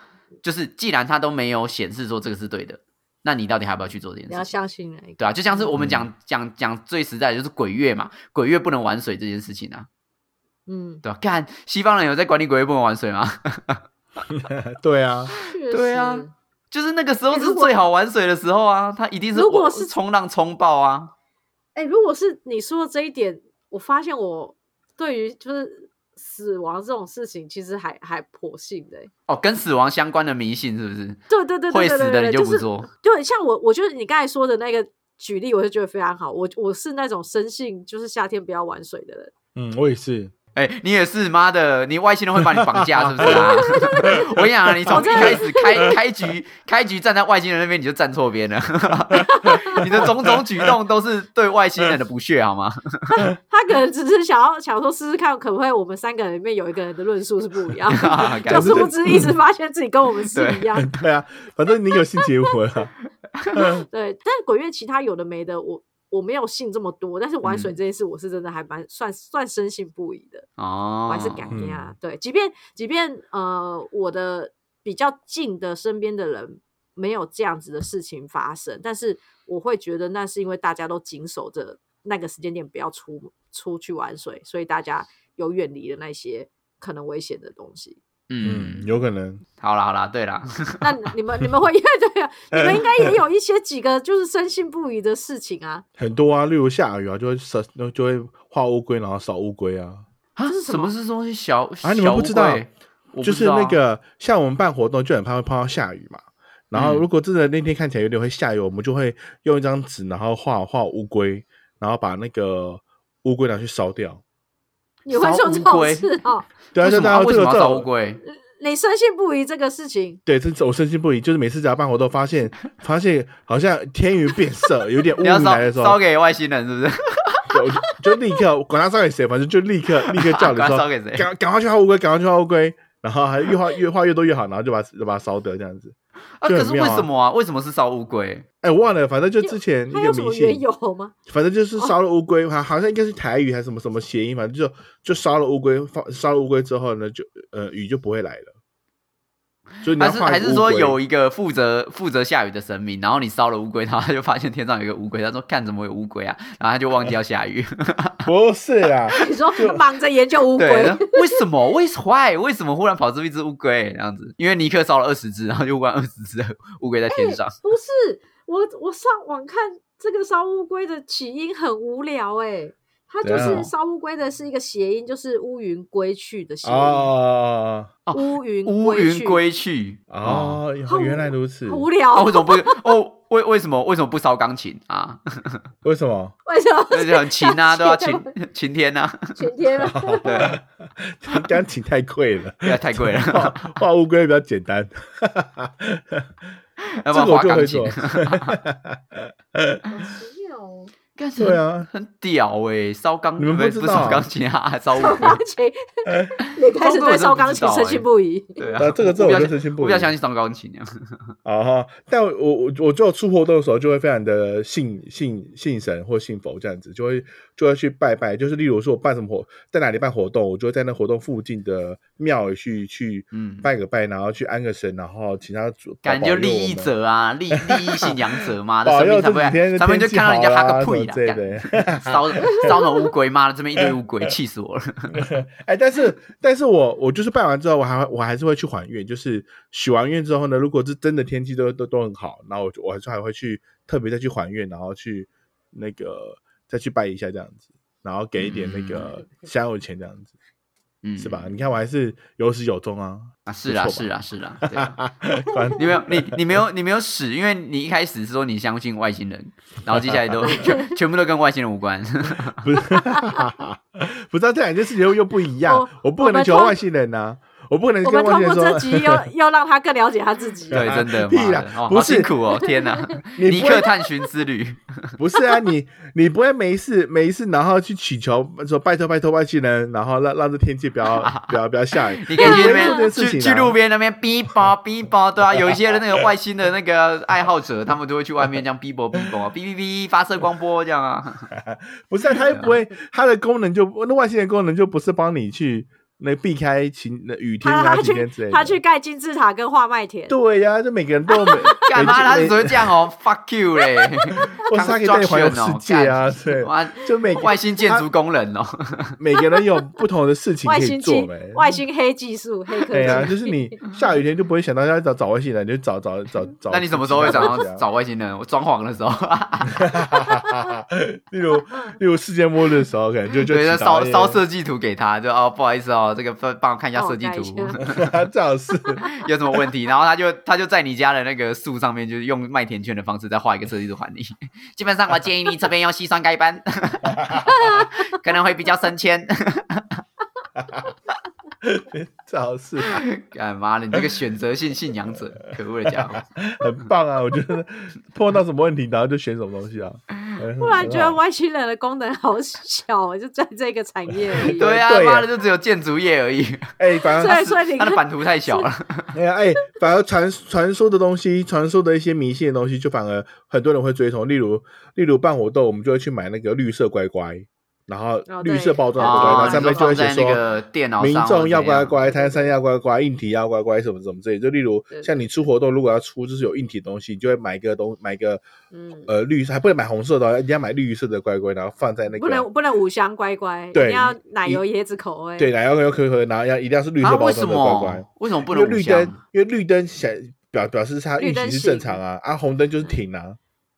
就是既然他都没有显示说这个是对的，那你到底还要不要去做这嗯件你要事情？相信哪一个？对啊，就像是我们嗯讲、讲讲最实在的就是鬼月嘛，鬼月不能玩水这件事情啊，嗯，对吧、看西方人有在管理鬼月不能玩水吗？ 对啊，确对啊实就是那个时候欸是如果最好玩水的时候啊，他一定是如果我是冲浪冲爆啊，哎、如果是你说的这一点，我发现我对于就是死亡这种事情，其实还还颇信的、欸。哦，跟死亡相关的迷信是不是？对对对对会对死对的对，你就不是做。对，像我，我觉得你刚才说的那个举例，我就觉得非常好。我我是那种深信就是夏天不要玩水的人，嗯，我也是， 哎、你也是，妈的，你外星人会把你绑架是不是啊？ 我跟你讲啊，你从一开始开开局开局站在外星人那边，你就站错边 了。 你的种种举动都是对外星人的不屑，好吗？ 他可能只是想要想说试试看，可不可以我们三个人里面有一个人的论述是不一样的， 感就觉嗯殊不知一直发现自己跟我们是对一样的。对啊，反正你有性结婚啊，对，但鬼月其他有的没的，我我没有信这么多，但是玩水嗯这件事，我是真的还蛮算算深信不疑的，哦我，还是啊敢嗯呀、对，即便即便呃，我的比较近的身边的人没有这样子的事情发生，但是我会觉得那是因为大家都紧守着那个时间点不要出出去玩水，所以大家有远离了那些可能危险的东西。嗯，嗯，有可能，好啦好啦，对啦，那你们你们会 对啊，你们应该也有一些几个就是深信不疑的事情啊。很多啊，例如下雨啊，就会扫，就会画乌龟，然后扫乌龟啊，啊这是什什么么是说是小啊你们小不乌知道龟我不就是知道啊那个像我们办活动就很怕会碰到下雨嘛。然后嗯如果真的那天看起来有点会下雨，我们就会用一张纸，然后画画乌龟，然后把那个乌龟拿去烧掉。你会做烧乌这种龟事哦？对啊，为就什么大啊家为这什个么要这找乌种龟？你深信不疑这个事情，对，这是我深信不疑，就是每次只要办活动，发 现发现好像天云变色，有点乌你云要来烧的时烧候，给外星人是不是？就就立刻管他烧给谁，反正就立刻立刻叫你 赶快说烧给谁？赶赶快去画乌龟，赶快去画乌龟，然后还越画越画越多越好，然后就把就把它烧掉这样子。啊，就可很是妙为啊什么啊？为什么是烧乌龟？哎，我忘了，反正就之前一它有个什迷么信缘，由吗？ 反正哦就是烧了乌龟，好、好像应该是台语还是什么什么谐音，反正就就烧了乌龟，放烧了乌龟之后呢，就呃雨就不会来了。就你要还是画一还个是乌说龟有一个负责负责下雨的神明，然后你烧了乌龟，然后他就发现天上有一个乌龟，他说看怎么有乌龟啊，然后他就忘记要 下雨。不是 啦？你说忙着研究乌龟，对，然后为什么？为 why？为什么忽然跑出一只乌龟这样子？因为尼克烧了二十只，然后就忽然二十只的乌龟在天上。不是我我上网看这个烧乌龟的起因很无聊哎、它就怎是样烧乌龟的是一个谐音，就是乌云归去的谐音，哦哦乌云乌云去归去哦，哦，原来如此好。无聊，哦为什么不哦？为为什么为什么不烧钢琴 啊？为什么？ 为什么 那就很晴啊，对吧、想起晴晴天啊，前天啊哦钢琴太贵了，不要太贵 画了，画乌龟比较简单。要不这然个我划就钢会琴 做。。好奇妙哦，干什么对啊，很屌哎、烧钢你们不不是知不道是啊烧钢琴啊，烧乌 烧龟。钢琴，哎你开始对烧钢琴深信不疑， 对呃，啊，这个这我我比较就相深信我不比疑较。相信烧钢琴啊。啊哈！但我我我做出活动的时候，就会非常的信信信神或信佛这样子，就会就会去拜拜。就是例如说，我办什么活，在哪里办活动，我就会在那活动附近的庙宇去去嗯拜个拜，然后去安个神，然后请他主感觉保佑就我利益们 者啊，利利益信仰者嘛，保上佑面才这会啊几天的上面天就气看好到人家哈个啊什么屁啦这干类烧烧了乌龟，妈的，这边一堆乌 龟，气死我了！哎，但是，但是我我就是拜完之后，我还我还是会去还愿。就是许完愿之后呢，如果是真的天气都都都很好，那我就我还是还会去特别再去还愿，然后去那个再去拜一下这样子，然后给一点那个嗯香油钱这样子，嗯，是吧？？你看我还是有始有终啊，啊，是啦，不错是啦，是啦，对啊。反你没有，你你没有，你没有屎，因为你一开始是说你相信外星人，然后接下来都 全全部都跟外星人 无关。不是， 不知道这两件事情又又不一样。哦我不可我能们求通外星人呐、我不可能我跟们外星人通过说这集要 要让他更了解他自己。对，真的，啊屁妈的啦哦，不好是辛苦哦，天哪！ 你尼不会克探寻 之旅，不是啊，你你不会没事没事，然后去祈求说拜托拜托外星人，然后让让这天气不 要不要不要下雨。你可以我去不那会做这件边事情、去啊、去路边那边逼包逼包，对啊，有一些那个外星的那个爱好者，他们都会去外面这样逼波逼波，哔哔哔发射光波这 样啊。不是、啊，它又不会，它的功能就那外星人功能就不是帮你去那避开晴那雨天他啊他晴天去之类的。他去盖金字塔跟画麦田，对呀、就每个人都有每 干嘛？他每只会这样哦，fuck you 嘞！ 或是他可以带你环游 construction 世哦界啊，对，哇，就每外星建筑工 人哦。每个人有不同的事情外可以星做技呗。外星黑技术黑科对啊，技。就是你下雨天就不会想到要找找外星人，你就找找找找。 那你什么时候会想自己要啊找外星人？我装潢的时候， 例如例如世界末日的时候，可能就就对，就祈祷哎烧一些烧，设计图给他，就哦，不好意思哦，这个帮帮我看一下设计图帮我看哎 最好是有什么问题，然后他就他就在你家的那个树上面，就是用麦田圈的方式再画一个设计图还你。 基本上我建议你这边用硒酸钙斑， 可能会比较升迁。最好是 干嘛的？你这个选择性信仰者，可恶的家伙！很棒啊！我觉得碰到什么问题，然后就选什么东西啊。突然觉嗯得我外星人的功能好小 哦，就在这个产业而已。对啊，对耶妈的就只有建筑业而已， 哎，反正所以所以你它看的版图太小了。哎呀哎，反而传传说的东西，传说的一些迷信的东西，就反而很多人会追从。例如例如办活动，我们就会去买那个绿色乖乖，然后哦绿对色包装的乖乖，哦然后啊上面你就说会放写在说那个电脑民上或众者要怎乖样乖，摊商要乖乖，硬体要乖乖，什么什么之类。就例如对像你出活动，如果要出就是有硬体的东西，你就会买一个东，买一个嗯，呃绿色，还不能买红色的哦，一定要买绿色的乖乖，然后放在那不个能不能五香乖乖，一对定要奶油椰子口味。对，然后可可可，然后要一定要是绿啊？色包为什装的乖么乖，？为什么不因为能五绿香灯？，因为绿灯显表表示它运绿灯行是行正常啊，啊红灯嗯就是停啊，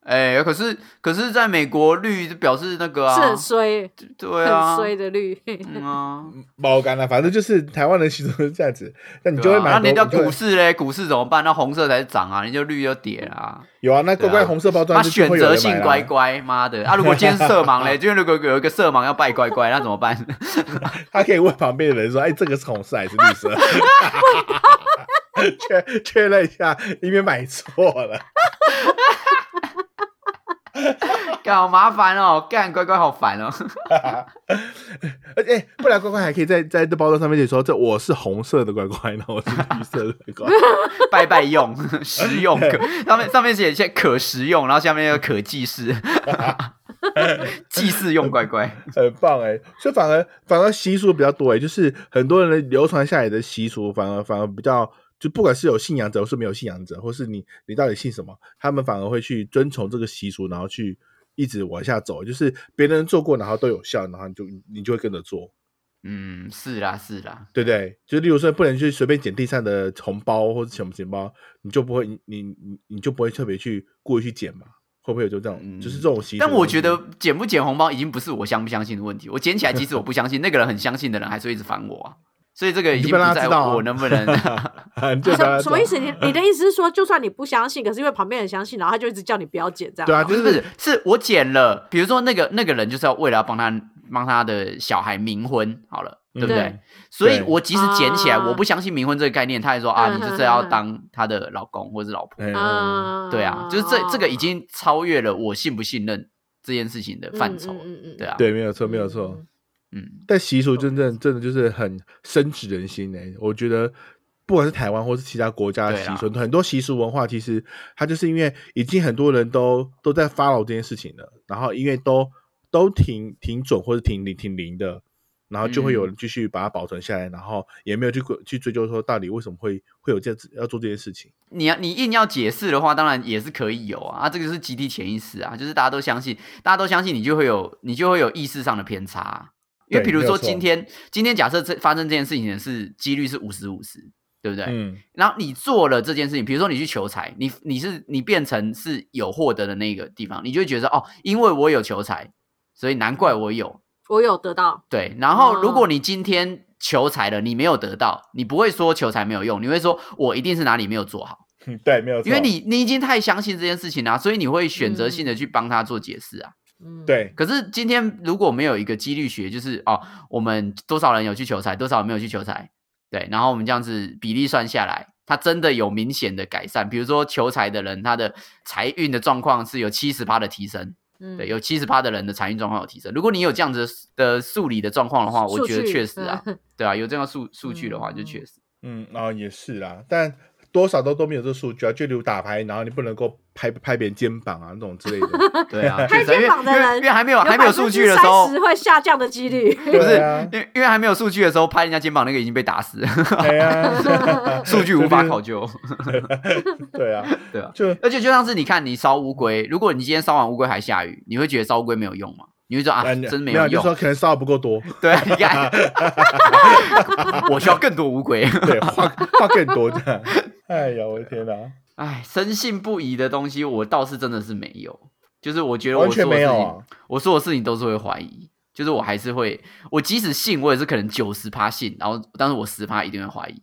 哎、可是可是在美国绿表示那个是啊很，衰，对啊，很衰的绿。 嗯啊，包干了，反正就是台湾人习俗是这样子，那你就对会啊那买很多，你叫你就会股市嘞，股市怎么办？那红色才是涨啊，你就绿就跌啊。有啊，那乖对乖啊红色包装那就选会有人择买性啦乖，乖，妈的啊！如果今天色盲 嘞，就是如果有一个色盲要拜乖乖，那怎么办？他可以问旁边的人说：“哎，这个是红色还是绿色？” 确确认一下，以免买错了。干好麻烦哦，干乖乖好烦哦。而且、哎不然乖乖还可以在在这包装上面写说：“这我是红色的乖乖，然后我是绿色的乖乖。拜拜用， 实用可 上面上面写一些可食用，然后下面有可 祭祀，祭祀用乖乖。”很棒哎、所以反而反而习俗比较多哎、就是很多人流传下来的习俗，反而反而比较就不管是有信仰者或是没有信仰者，或是你你到底信什么，他们反而会去遵从这个习俗，然后去一直往下走，就是别人做过，然后都有效，然后你就你就会跟着做。嗯，是啦是啦，对不对？就例如说，不能去随便捡地上的红包或者什么钱包，你就不会，你你你你就不会特别去故意去捡嘛？会不会有就这种，嗯就是这种习俗？但我觉得捡不捡红包已经不是我相不相信的问题，我捡起来，即使我不相信，那个人很相信的人还是会一直烦我啊。所以这个已你就经不不让他在知道啊我能不能啊，你 就什把它么什么意做思？你你的意思是说，就算你不相信，可是因为旁边人相信，然后他就一直叫你不要捡这 样？对啊， 不就是不是是，是我捡了。比如说那个那个人就是要为了要帮他帮他的小孩冥婚，好了，嗯对不对？对所以我即使捡起来，嗯啊我不相信冥婚这个概念，他还说啊，嗯你就嗯是要嗯当他的老公或者是老婆。嗯啊，对啊，就是这这个已经超越了我信不信任这件事情的范畴嗯。嗯嗯，对啊，啊，对，没有错，没有错。嗯嗯，但习俗真正真的就是很深植人心诶、我觉得不管是台湾或是其他国家的习俗，很多习俗文化其实它就是因为已经很多人都都在 follow 这件事情了，然后因为都都挺挺准或者挺灵挺灵的，然后就会有嗯人继续把它保存下来，然后也没有去去追究说到底为什么会会有这样子要做这件事情。你要你硬要解释的话，当然也是可以有啊，啊，这个就是集体潜意识啊，就是大家都相信，大家都相信你就会有你就会有意识上的偏差啊、因为对比如没有说错今天今天假设这发生这件事情的是几率是五十五十，对不对？嗯， 然后你做了这件事情，比如说你去求财，你你是你变成是有获得的那个地方，你就会觉得哦，因为我有求财，所以难怪我有我有得到，对。然后哦如果你今天求财了，你没有得到，你不会说求财没有用，你会说我一定是哪里没有做好。嗯对，没有错，因为你你已经太相信这件事情啦、啊所以你会选择性的去帮他做解释啊。嗯，，对可是今天如果没有一个几率学，就是哦，我们多少人有去求财，多少人没有去求财，对，然后我们这样子比例算下来，他真的有明显的改善。比如说求财的人，他的财运的状况是有七十趴的提升，嗯，对，有七十趴的人的财运状况有提升。如果你有这样子的的数理的状况的话，我数觉得据确实啊，，对啊，有这样的数数据的话，就嗯确实。嗯，然后也是啦，但多少都都没有这数据啊，就例如打牌，然后你不能够拍拍别人肩膀啊那种之类的。对啊，拍确实啊因肩为膀的因为人因为还没有还没有数据的时候， 30%会下降的几率，对 不是， 啊因为因为还没有数据的时候，拍人家肩膀那个已经被 打死了，，哎呀数据无法考究，对啊， 对啊。就而且就像是你看，你烧乌龟，如果你今天烧完乌龟还下雨，你会觉得烧乌龟没有用吗？你会说啊，哎你真没没有就用说。可能烧的不够多， 对，你看， 我需要更多乌龟。 对，话话更多这样。哎呀，我的天哪，哎，深信不疑的东西，我倒是真的是没有。就是我觉得我完做全的没事有情，啊！我做的事情都是会怀疑。就是我还是会，我即使信，我也是可能九十趴信，然后但是我十趴一定会怀疑。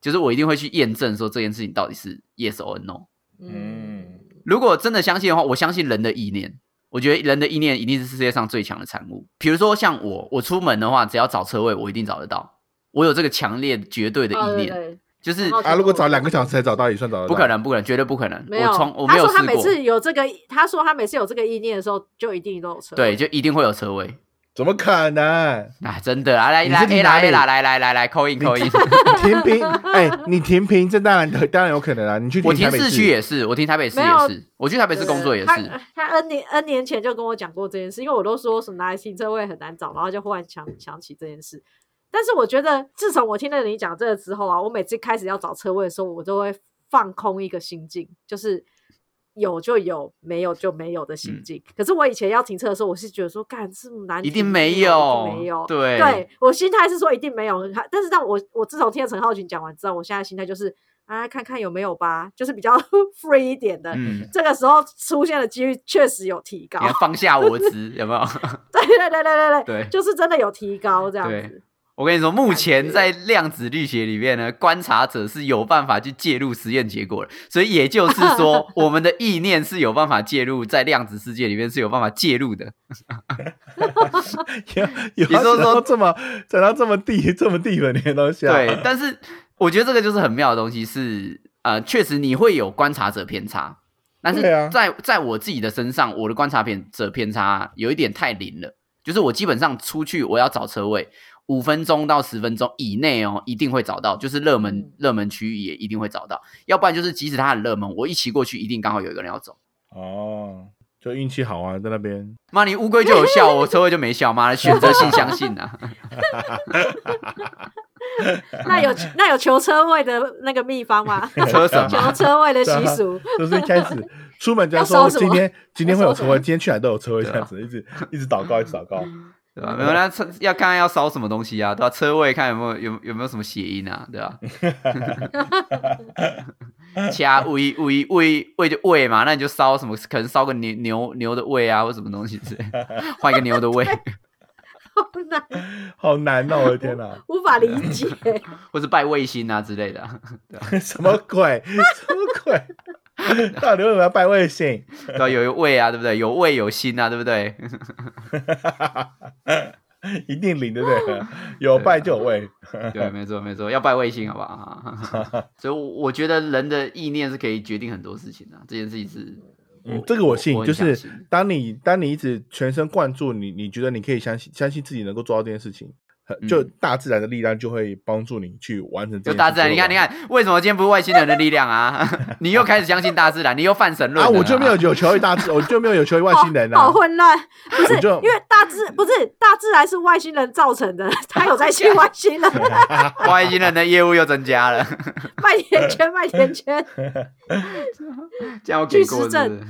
就是我一定会去验证说这件事情到底是 yes or no。嗯，如果真的相信的话，我相信人的意念。我觉得人的意念一定是世界上最强的产物。比如说像我，我出门的话，只要找车位，我一定找得到。我有这个强烈绝对的哦对意念，对就是然后啊，如果找两个小时才找到，也算找得到。不可，能，不可能，绝对不可能。没有，我从我他没有说试他每过，次有这个，他说他每次有这个意念的时候，就一定都有车。对，，就一定会有车位。怎么可能？啊，真的啊，来你是来你 A 啦哪里 A 啦，来来来来扣印扣印。停平，哎，你停平，这当然当然有可能啊。你去我停台停北市区也是，我停台北市没有也是，我去台北市工作也他是。他 N 年 N 年前就跟我讲过这件事，因为我都说什么拿来停车位很难找，然后就忽然想想起这件事。但是我觉得，自从我听了你讲这个之后啊，我每次开始要找车位的时候，我都会放空一个心境，就是有就有，没有就没有的心境。可是我以前要停车的时候，我是觉得说，干这么难嗯停，一哦定有，一没定有没有，对对我心态是说一定没有。但是当我我自从听了陈浩群讲完之后，我现在心态就是啊，看看有没有吧，就是比较 free 一点的。嗯，这个时候出现的几率确实有提高你。看放下我执有没有？ 对对对对对对就是真的有提高这样对子。我跟你说，目前觉在量子力学里面呢，观察者是有办法去介入实验结果的，所以也就是说，我们的意念是有办法介入在量子世界里面是有办法介入的。有 有你说讲到说这么讲到这么地这么地的那些东西啊？对，但是我觉得这个就是很妙的东西是，呃，确实你会有观察者偏差，但是对啊在在我自己的身上，我的观察偏者偏差有一点太灵了，就是我基本上出去我要找车位，五分钟到十分钟以内哦，一定会找到，就是热门嗯热门区域也一定会找到，要不然就是即使它很热门，我一骑过去一定刚好有一个人要走。哦，就运气好啊，在那边。妈，你乌龟就有效，我车位就没效，妈的选择性相信 啊！那有那有求车位的那个秘方吗？车 神求嘛，车位的习俗， 就是一开始出门就要说收什今么天今天会要有收车什位，么今天去哪都有车位对这啊样子，一直一直祷告，一直 祷告。对嗯吧、没有，那车要看看要烧什么东西啊，对吧、车位看有没有有有没有什么谐音啊，对吧、掐喂喂喂喂就喂嘛，那你就烧什么？可能烧个牛牛牛的胃啊，或什么东西之类， 换一个牛的胃，好难，好难哦，我的天哪， 无法理解。或是拜卫星啊之类的啊，什么鬼？什么鬼？ 到底为什么要拜卫星？对吧、有一个胃啊，对不对？有胃有心啊，对 不对？一定灵对不 对？有拜就有位。对，啊没错没错，要拜卫星好不 好？所以我我觉得人的意念是可以决定很多事情的、这件事情是。嗯，这个我信，很就相是信当你当你一直全神贯注，你你觉得你可以相信相信自己能够做到这件事情，很就嗯大自然的力量就会帮助你去完成这件就事。大自然，你看，你。看，为什么今天不是外星人的力量啊？你又开始相信大自然，你又犯神论啊！了我就没有有求于大自，我就没有有求于外星人好啊！混乱，不是我就因为大自不是大自然是外星人造成的， 他有在信外 星人，啊外星人的业务又增加了， 卖甜圈卖甜圈。 这样我给过巨石阵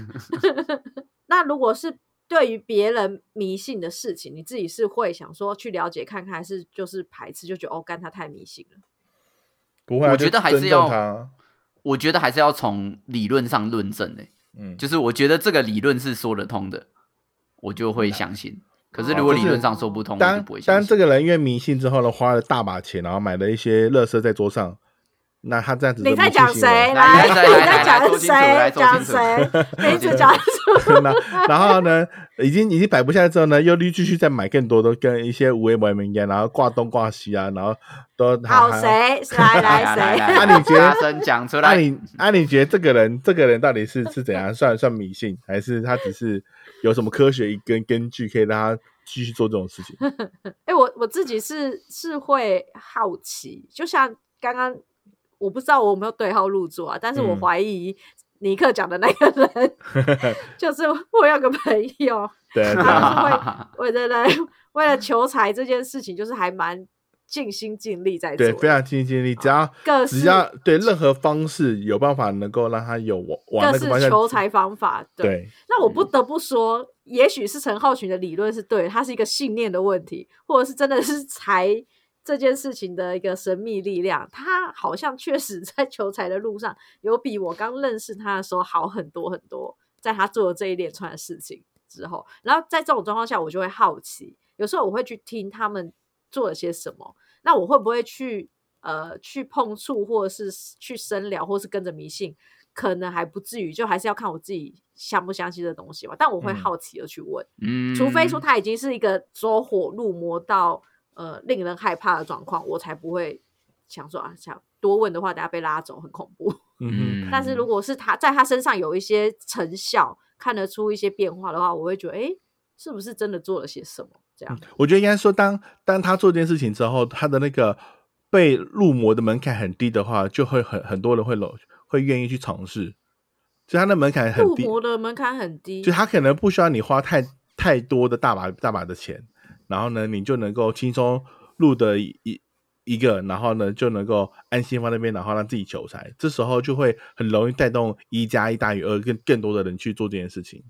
是不是那如果是对于别人迷信的事情，你自己是会想说去了解看看，还是就是排斥，就觉得哦，干他太迷信了？不会啊，我觉就得还是尊重要他，我觉得还是要从理论上论证的、嗯，就是我觉得这个理论是说得通的，我就会相信。可是如果就是理论上说不通，我就当不会相当信。这个人因为迷信之后呢，花了大把钱，然后买了一些垃圾在桌上，那他这样子你的在迷信讲行为 谁？来来来你来在来讲说清楚谁？来说讲清楚谁？你一清直楚讲出然后然后呢，已经已经摆不下之后呢，又继续再买更多的跟一些无为文明一样，然后挂东挂西啊，然后都还好还谁？来来来来谁？来，那你觉得大声讲出那、来？你那、你觉得这个人这个人到底是是怎样算 算迷信，还是他只是有什么科学根根据可以让他继续做这种事情？哎、我我自己是是会好奇，就像刚刚我不知道我有没有对号入座啊，但是我嗯怀疑尼克讲的那个人，就是我有个朋友，对啊，对他啊是会为了来为了求财这件事情，就是还蛮尽心尽力在做对，的，非常尽心尽力，只要各只式要对任何方式有办法能够让他有往往那各个方式向求财方法。对，对，那我不得不说，也许是陈浩群的理论是对的，它是一个信念的问题，或者是真的是财这件事情的一个神秘力量。他好像确实 在求财的路上，有比我刚认识他的时候好很多很多。在他做了这一连串的事情之后，然后在这种状况下，我就会好奇，有时候我会去听他们做了些什么，那我会不会去呃去碰触，或者是去深聊，或是跟着迷信可能还不至于，就还是要看我自己相不相信这东西吧。但我会嗯好奇的去问，嗯，除非说他已经是一个走火入魔到呃令人害怕的状况，我才不会想说啊，想多问的话，等下被拉走很恐怖。嗯嗯，但是如果是他在他身上有一些成效，看得出一些变化的话，我会觉得，诶，是不是真的做了些什么？这样嗯哼，我觉得应该说当，当他做这件事情之后，他的那个被入魔的门槛很低的话，就会很很多人会搂会愿意去尝试，就他的门槛很入低，魔的门槛很低，就他可能不需要你花太太多的大把大把的钱，然后呢，你就能够轻松入的一一个，然后呢就能够安心放那边，然后让自己求财，这时候就会很容易带动一加一大于二，更更多的人去做这件事情。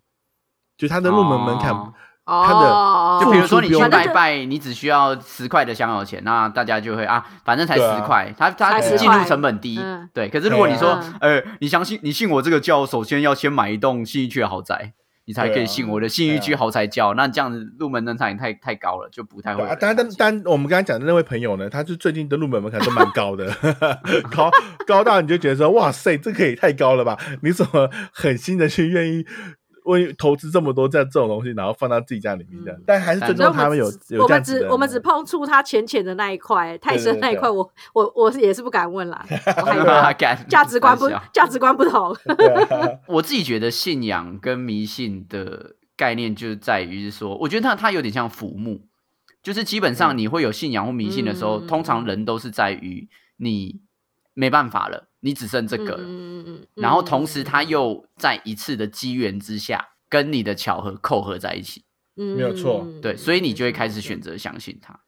就他的入门门槛，哦他的哦，就比如说你付出去不用拜拜，你只需要十块的香油钱，那大家就会啊，反正才对啊十块，他他才10进入成本低块嗯，对。可是如果你说对啊，呃，你相信你信我这个教，首先要先买一栋信义区的豪宅，你才可对以啊信我的信义区豪宅教，那这样子入门门槛也太太高了，就不太会对有啊人，但相 但信。但我们刚才讲的那位朋友呢，他就最近的入门门槛都蛮高的， 高高到你就觉得说，哇塞，这个也太高了吧？你怎么狠心的去愿意为投资这么多在这种东西，然后放到自己家里面这样？嗯但还是尊所以重我他们有只有我这样们子只的我们只碰触它浅浅的那一块，太深那一对块，我我我是也是不敢问 啦，我害怕敢价值观不三小价值观不 同，对啊我自己觉得信仰跟迷信的概念就在于是说，我觉得它它有点像浮木，就是基本上嗯你会有信仰或迷信的时候，嗯通常人都是在于你没办法了，你只剩这个了，嗯嗯然后同时它又在一次的机缘之下跟你的巧合扣合在一起，没没有错嗯对，所以你就会开始选择相信它。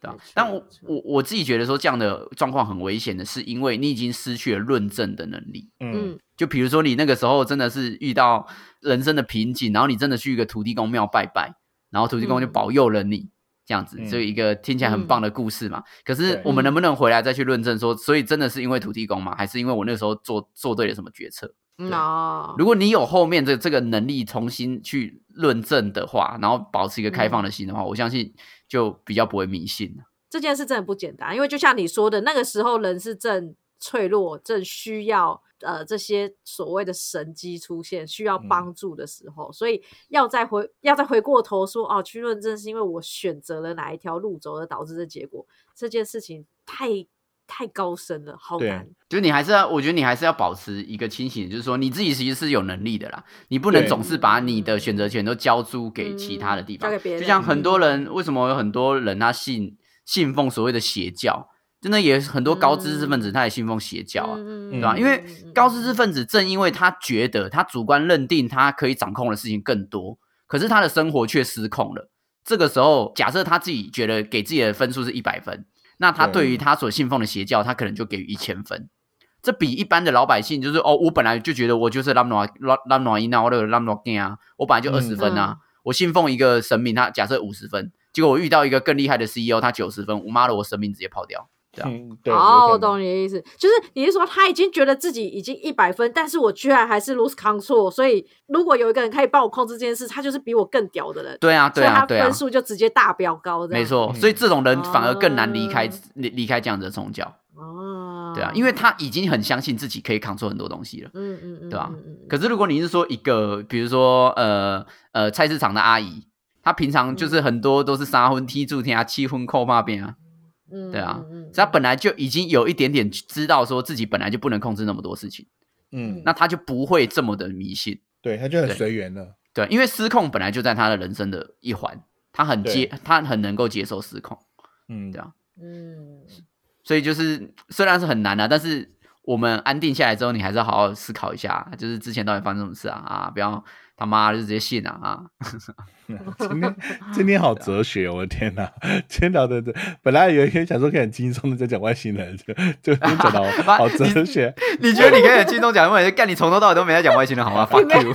对啊没错但我没错我我自己觉得说这样的状况很危险的，是因为你已经失去了论证的能力。 嗯嗯就比如说你那个时候真的是遇到人生的瓶颈，然后你真的去一个土地公庙拜拜，然后土地公就嗯保佑了你，这样子，嗯这一个听起来很棒的故事嘛。可是对我们能不能回来再去论证说，所以真的是因为土地公吗？还是因为我那时候做做对了什么决策？对哦，如果你有后面这这个能力重新去论证的话，然后保持一个开嗯放的心的话，我相信就比较不会迷信了。这件事真的不简单，因为就像你说的，那个时候人是正脆弱，正需要呃这些所谓的神机出现，需要嗯帮助的时候，所以要再回要再回过头说哦，去论证是因为我选择了哪一条路走而导致这结果，这件事情太太高深了，好对难。就是你还是要，我觉得你还是要保持一个清醒，就是说你自己其实是有能力的啦，你不能对总是把你的选择权都交租给其他的地嗯方。嗯交给别人就像很多人，为什么有很多人他信信奉所谓的邪教，真的也很多高知识分子他也信奉邪教啊，嗯对对吧、嗯因为嗯高知识分子正因为他觉得他主观认定他可以掌控的事情更多，可是他的生活却失控了。这个时候，假设他自己觉得给自己的分数是一百分，那他对对于他所信奉的邪教，他可能就给予一千分。这比一般的老百姓就是哦，我本来就觉得我就是拉姆拉拉姆伊那我的拉姆金啊，我本来就二嗯十分嗯啊，我信奉一个神明，他假设五十分，结果我遇到一个更厉害的 CEO，他九十分，我妈的，我神明直接跑掉。对啊嗯，对，哦，有我可能懂你的意思，就是你是说他已经觉得自己已经一百分，但是我居然还是 lose control，所以如果有一个人可以帮我控制这件事，他就是比我更屌的人，对啊，对啊，所以对他啊分，数就直接大飙高的，没，错。嗯所以这种人反而更难离开哦离离开这样子的宗教，哦，对啊，因为他已经很相信自己可以扛住很多东西了。嗯嗯嗯，对啊嗯，嗯可是如果你是说一个，比如说呃呃菜市场的阿姨，她平常就是很多都是杀婚踢住天啊、七婚扣骂边啊，嗯，对啊嗯，所以她本来就已经有一点点知道说自己本来就不能控制那么多事情，嗯，那她就不会这么的迷信。对，他就很对随缘了，对，因为失控本来就在她的人生的一环，她很接，她很能够接受失控。嗯，对啊嗯，所以就是虽然是很难啊，但是我们安定下来之后，你还是要好好思考一下，啊就是之前到底发生什么事啊啊！不要他妈就直接信啊 啊！今天今天好哲学，我的天哪！今天聊的这，本来有一天想说可以很轻松的在讲外星人，就就今天讲到妈好哲学。你觉得你可以很轻松讲外星人？干你从头到尾都没在讲外星人 好吗？Fuck you！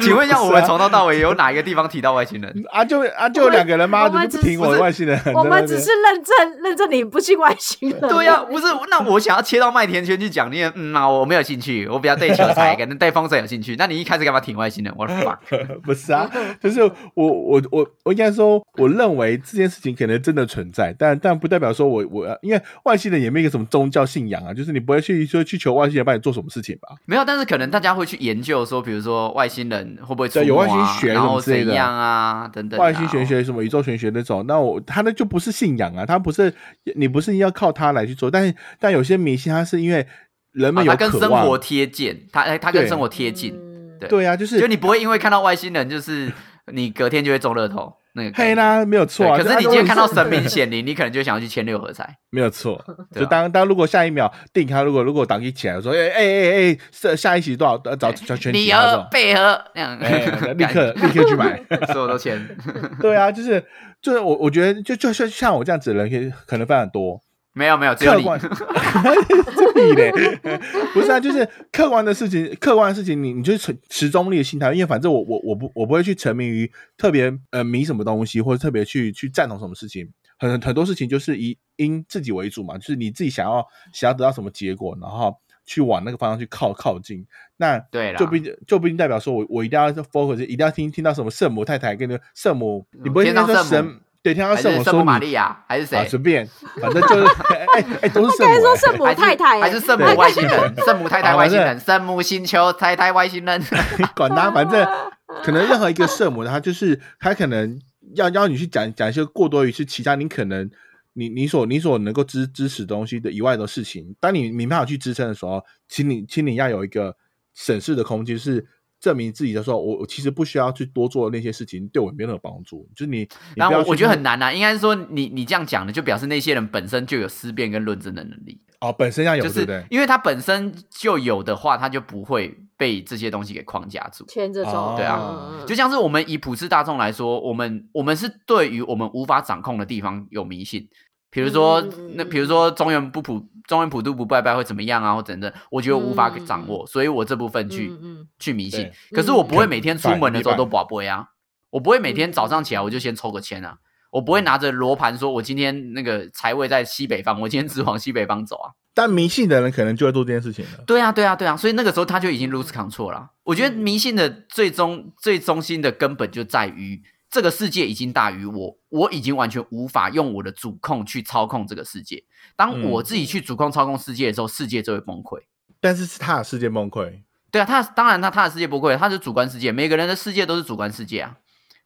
请问一下，我们从头到尾有哪一个地方提到外星 人？啊就啊就两个人妈我的们就不只听我是的外星人，在我那们只边是认证认证你不信外星人，对呀、不是，那我想要切到麦田圈去讲，你也嗯啊，我没有兴趣，我比较对球赛跟对风扇有兴趣。那你一开始干嘛挺外星人？我的 fuck！ 不是啊，就是我我我我应该说，我认为这件事情可能真的存在，但但不代表说我我因为外星人也没有一个什么宗教信仰啊，就是你不会去说去求外星人帮你做什么事情吧？没有，但是可能大家会去研究说，比如说外星人会不会出、啊、对有外星学什么然后之类怎的样啊，等等啊、外星玄学、什么宇宙玄学那种，那我他那就不是信仰啊，他不是你不是要靠他来去做，但是但有些迷信他是因为人啊，们有它跟渴生望，活贴近，它它跟对生活贴近，嗯对对啊，就是就你不会因为看到外星人，就是 你隔天就会中乐透那个概黑念。啦，没有错对，啊。可就是啊你如今果天看到是神明显灵， 你可能就想要去签六合彩。没有错，对啊就当当如果下一秒定他，如果如果档一起来说，哎哎哎哎，下下一期多少呃哎找找全你体有啊这 种，贝合那样， 哎，立刻立刻去买。 所有都签。对啊，就是就是我我觉得就就就像我这样子的人，可以可能非常多。没有没有，只有客 你。观，这你嘞，不是啊，就是客观的事情，客观的事情你，你就是持持中立的心态，因为反正我我我不我不会去沉迷于特别呃迷什么东西，或者特别去去赞同什么事情，很很多事情就是以因自己为主嘛，就是你自己想要想要得到什么结果，然后去往那个方向去靠靠近，那对啦啊就不一定就不一定代表说我我一定要 focus，一定要听听到什么圣母太太跟着圣母，你不会天听到说上嗯圣母神。对，听到还圣是母说圣母你玛利亚，还是啊，谁？随便，反正就是 哎哎哎，都是圣该母、说欸。圣母还是太太还欸是圣母外星人，圣母太太啊外星反人，圣母星球太太 外星人。哎管他， 反正可能任何一个圣母，她就是她可能要要你去讲讲一些过多于是其他你可能你你所你所能够支支持东西的以外的事情。当你没办法去支撑的时候，请你请你要有一个审视的空间，是证明自己的时候，我我其实不需要去多做那些事情，对我没有任何帮助。就是你，你然不要后我去我觉得那很难啊，应该是说你你这样讲的，就表示那些人本身就有思辨跟论证的能力，哦，本身要有就对不是对？因为他本身就有的话，他就不会被这些东西给框架住。牵着哦走，对啊嗯，嗯嗯就像是我们以普世大众来说，我们我们是对于我们无法掌控的地方有迷信，比如说、嗯嗯嗯嗯那比如说中原不普中原普渡不拜拜会怎么样啊，或等等，我觉得无法掌握，所以我这部分去、嗯嗯去迷信对。可是我不会每天出门的时嗯候都保杯啊，我不会每天早上起来我就先抽个签啊，我不会嗯拿着罗盘说我今天那个财位在西北方，我今天只往西北方走啊。但迷信的人可能就会做这件事情了。对啊，对啊，对啊，所以那个时候他就已经嗯 lose control 了啊。我觉得迷信的最终最中心的根本就在于这个世界已经大于我，我已经完全无法用我的主控去操控这个世界。当嗯我自己去主控操控世界的时候，世界就会崩溃。但是是他的世界崩溃。对啊，他当然他他的世界崩溃，他是主观世界，每个人的世界都是主观世界啊。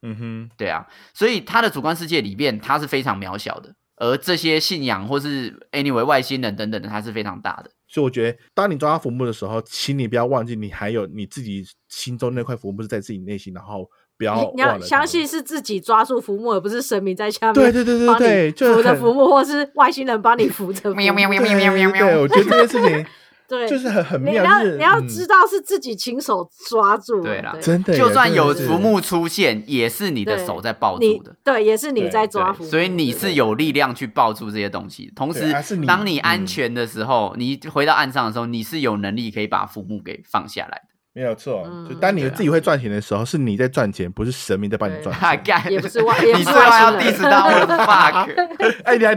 嗯哼，对啊，所以他的主观世界里面，他是非常渺小的，而这些信仰或是 anyway 外星人等等的，它是非常大的。所以我觉得，当你抓到浮木的时候，请你不要忘记，你还有你自己心中那块浮木是在自己内心，然后不要你你要忘了相他信是自己抓住浮木，而不是神明在下面对对对对帮你对就扶着很浮木，或是外星人帮你扶着浮木。喵喵喵们。对对，我觉得这件事情 对，就是很很你妙，要就是你要嗯知道是自己亲手抓住对了，啦真的耶，就啊算真的有是浮木出现，也是你的对手在抱你住的。对也是你对在抓浮对，木，所以你对是有力量去抱住这些东西。同对时啊是，你当你安嗯全的时候，你回到岸上的时候，你是有能力可以把浮木给放下来没有错，就嗯当你对啊自己会赚钱的时候，是你在赚钱，不是神明在帮你对啊赚的。钱。 干也不是外也不你是最后外要星 diss 人到 我的 fuck，哎，你还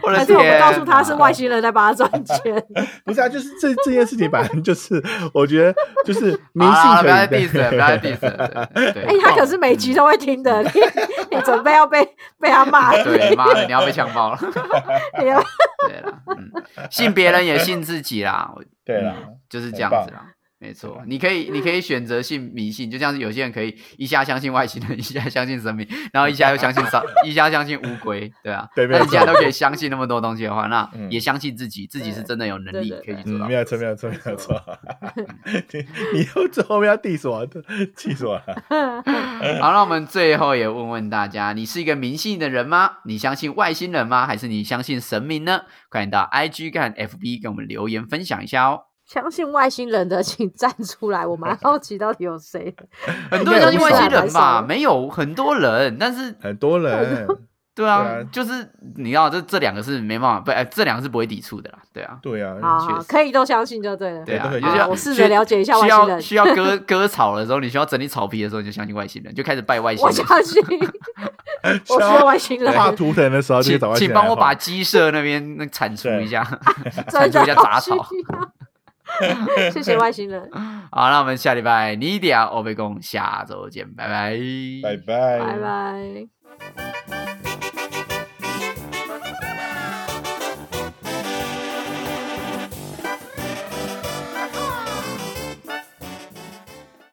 我还的是我们天！告诉他是外，星人在帮他 赚钱，不是啊？就是这这件事情，反正就是我觉得就是迷好啦信好啦可不要再以 diss 了，啊不要再 diss 了。对对哎、他可是每集都会听的，你你准备要被被他骂，嗯对，妈的，你要被强暴了。 你要对啦，嗯，信别人也信自己啦，我对啦，就是这很样棒子啦。没对错啊，你可以，你可以选择信迷信，就像是有些人可以一下相信外星人，一 下相信神明，然后一下 又相信上，一下相信乌龟，对啊。对没那有你既然错，都可以相信那么多东西的话，那嗯也相信自己，自己是真的有能力对对可以去做嗯，到没。有错，没有错，没有错没 错。你你又最后面要 diss 我，气死我了！好，那我们最后也问问大家，你是一个迷信的人吗？你相信外星人吗？还是你相信神明呢？快点到 IG 跟 FB 跟我们留言分享一下哦。相信外星人的，请站出来，我蛮好奇到底有 谁。 很多人相信外星人应吧？该有不少没有很多人，但是很多 人，对啊，对啊就是你要这这两个是没办法，不，哎，这两个是不会抵触的啦，对啊，对啊， 好确好，实可以都相信就对了。对啊，对有都可以些啊我试着了解一下外星人需要需要割 割草的时候，你需要整理草皮的时候，你就相信外星人，就开始拜外星我人。相 信，我是外星人，画啊图腾的时候就去请找外星人请帮我来画把鸡舍那边那铲除一下。真铲除一的下杂好需草要。 谢谢外星 人， 好，那我们下礼拜尼迪亚欧贝公下周见，拜拜，拜拜，拜拜。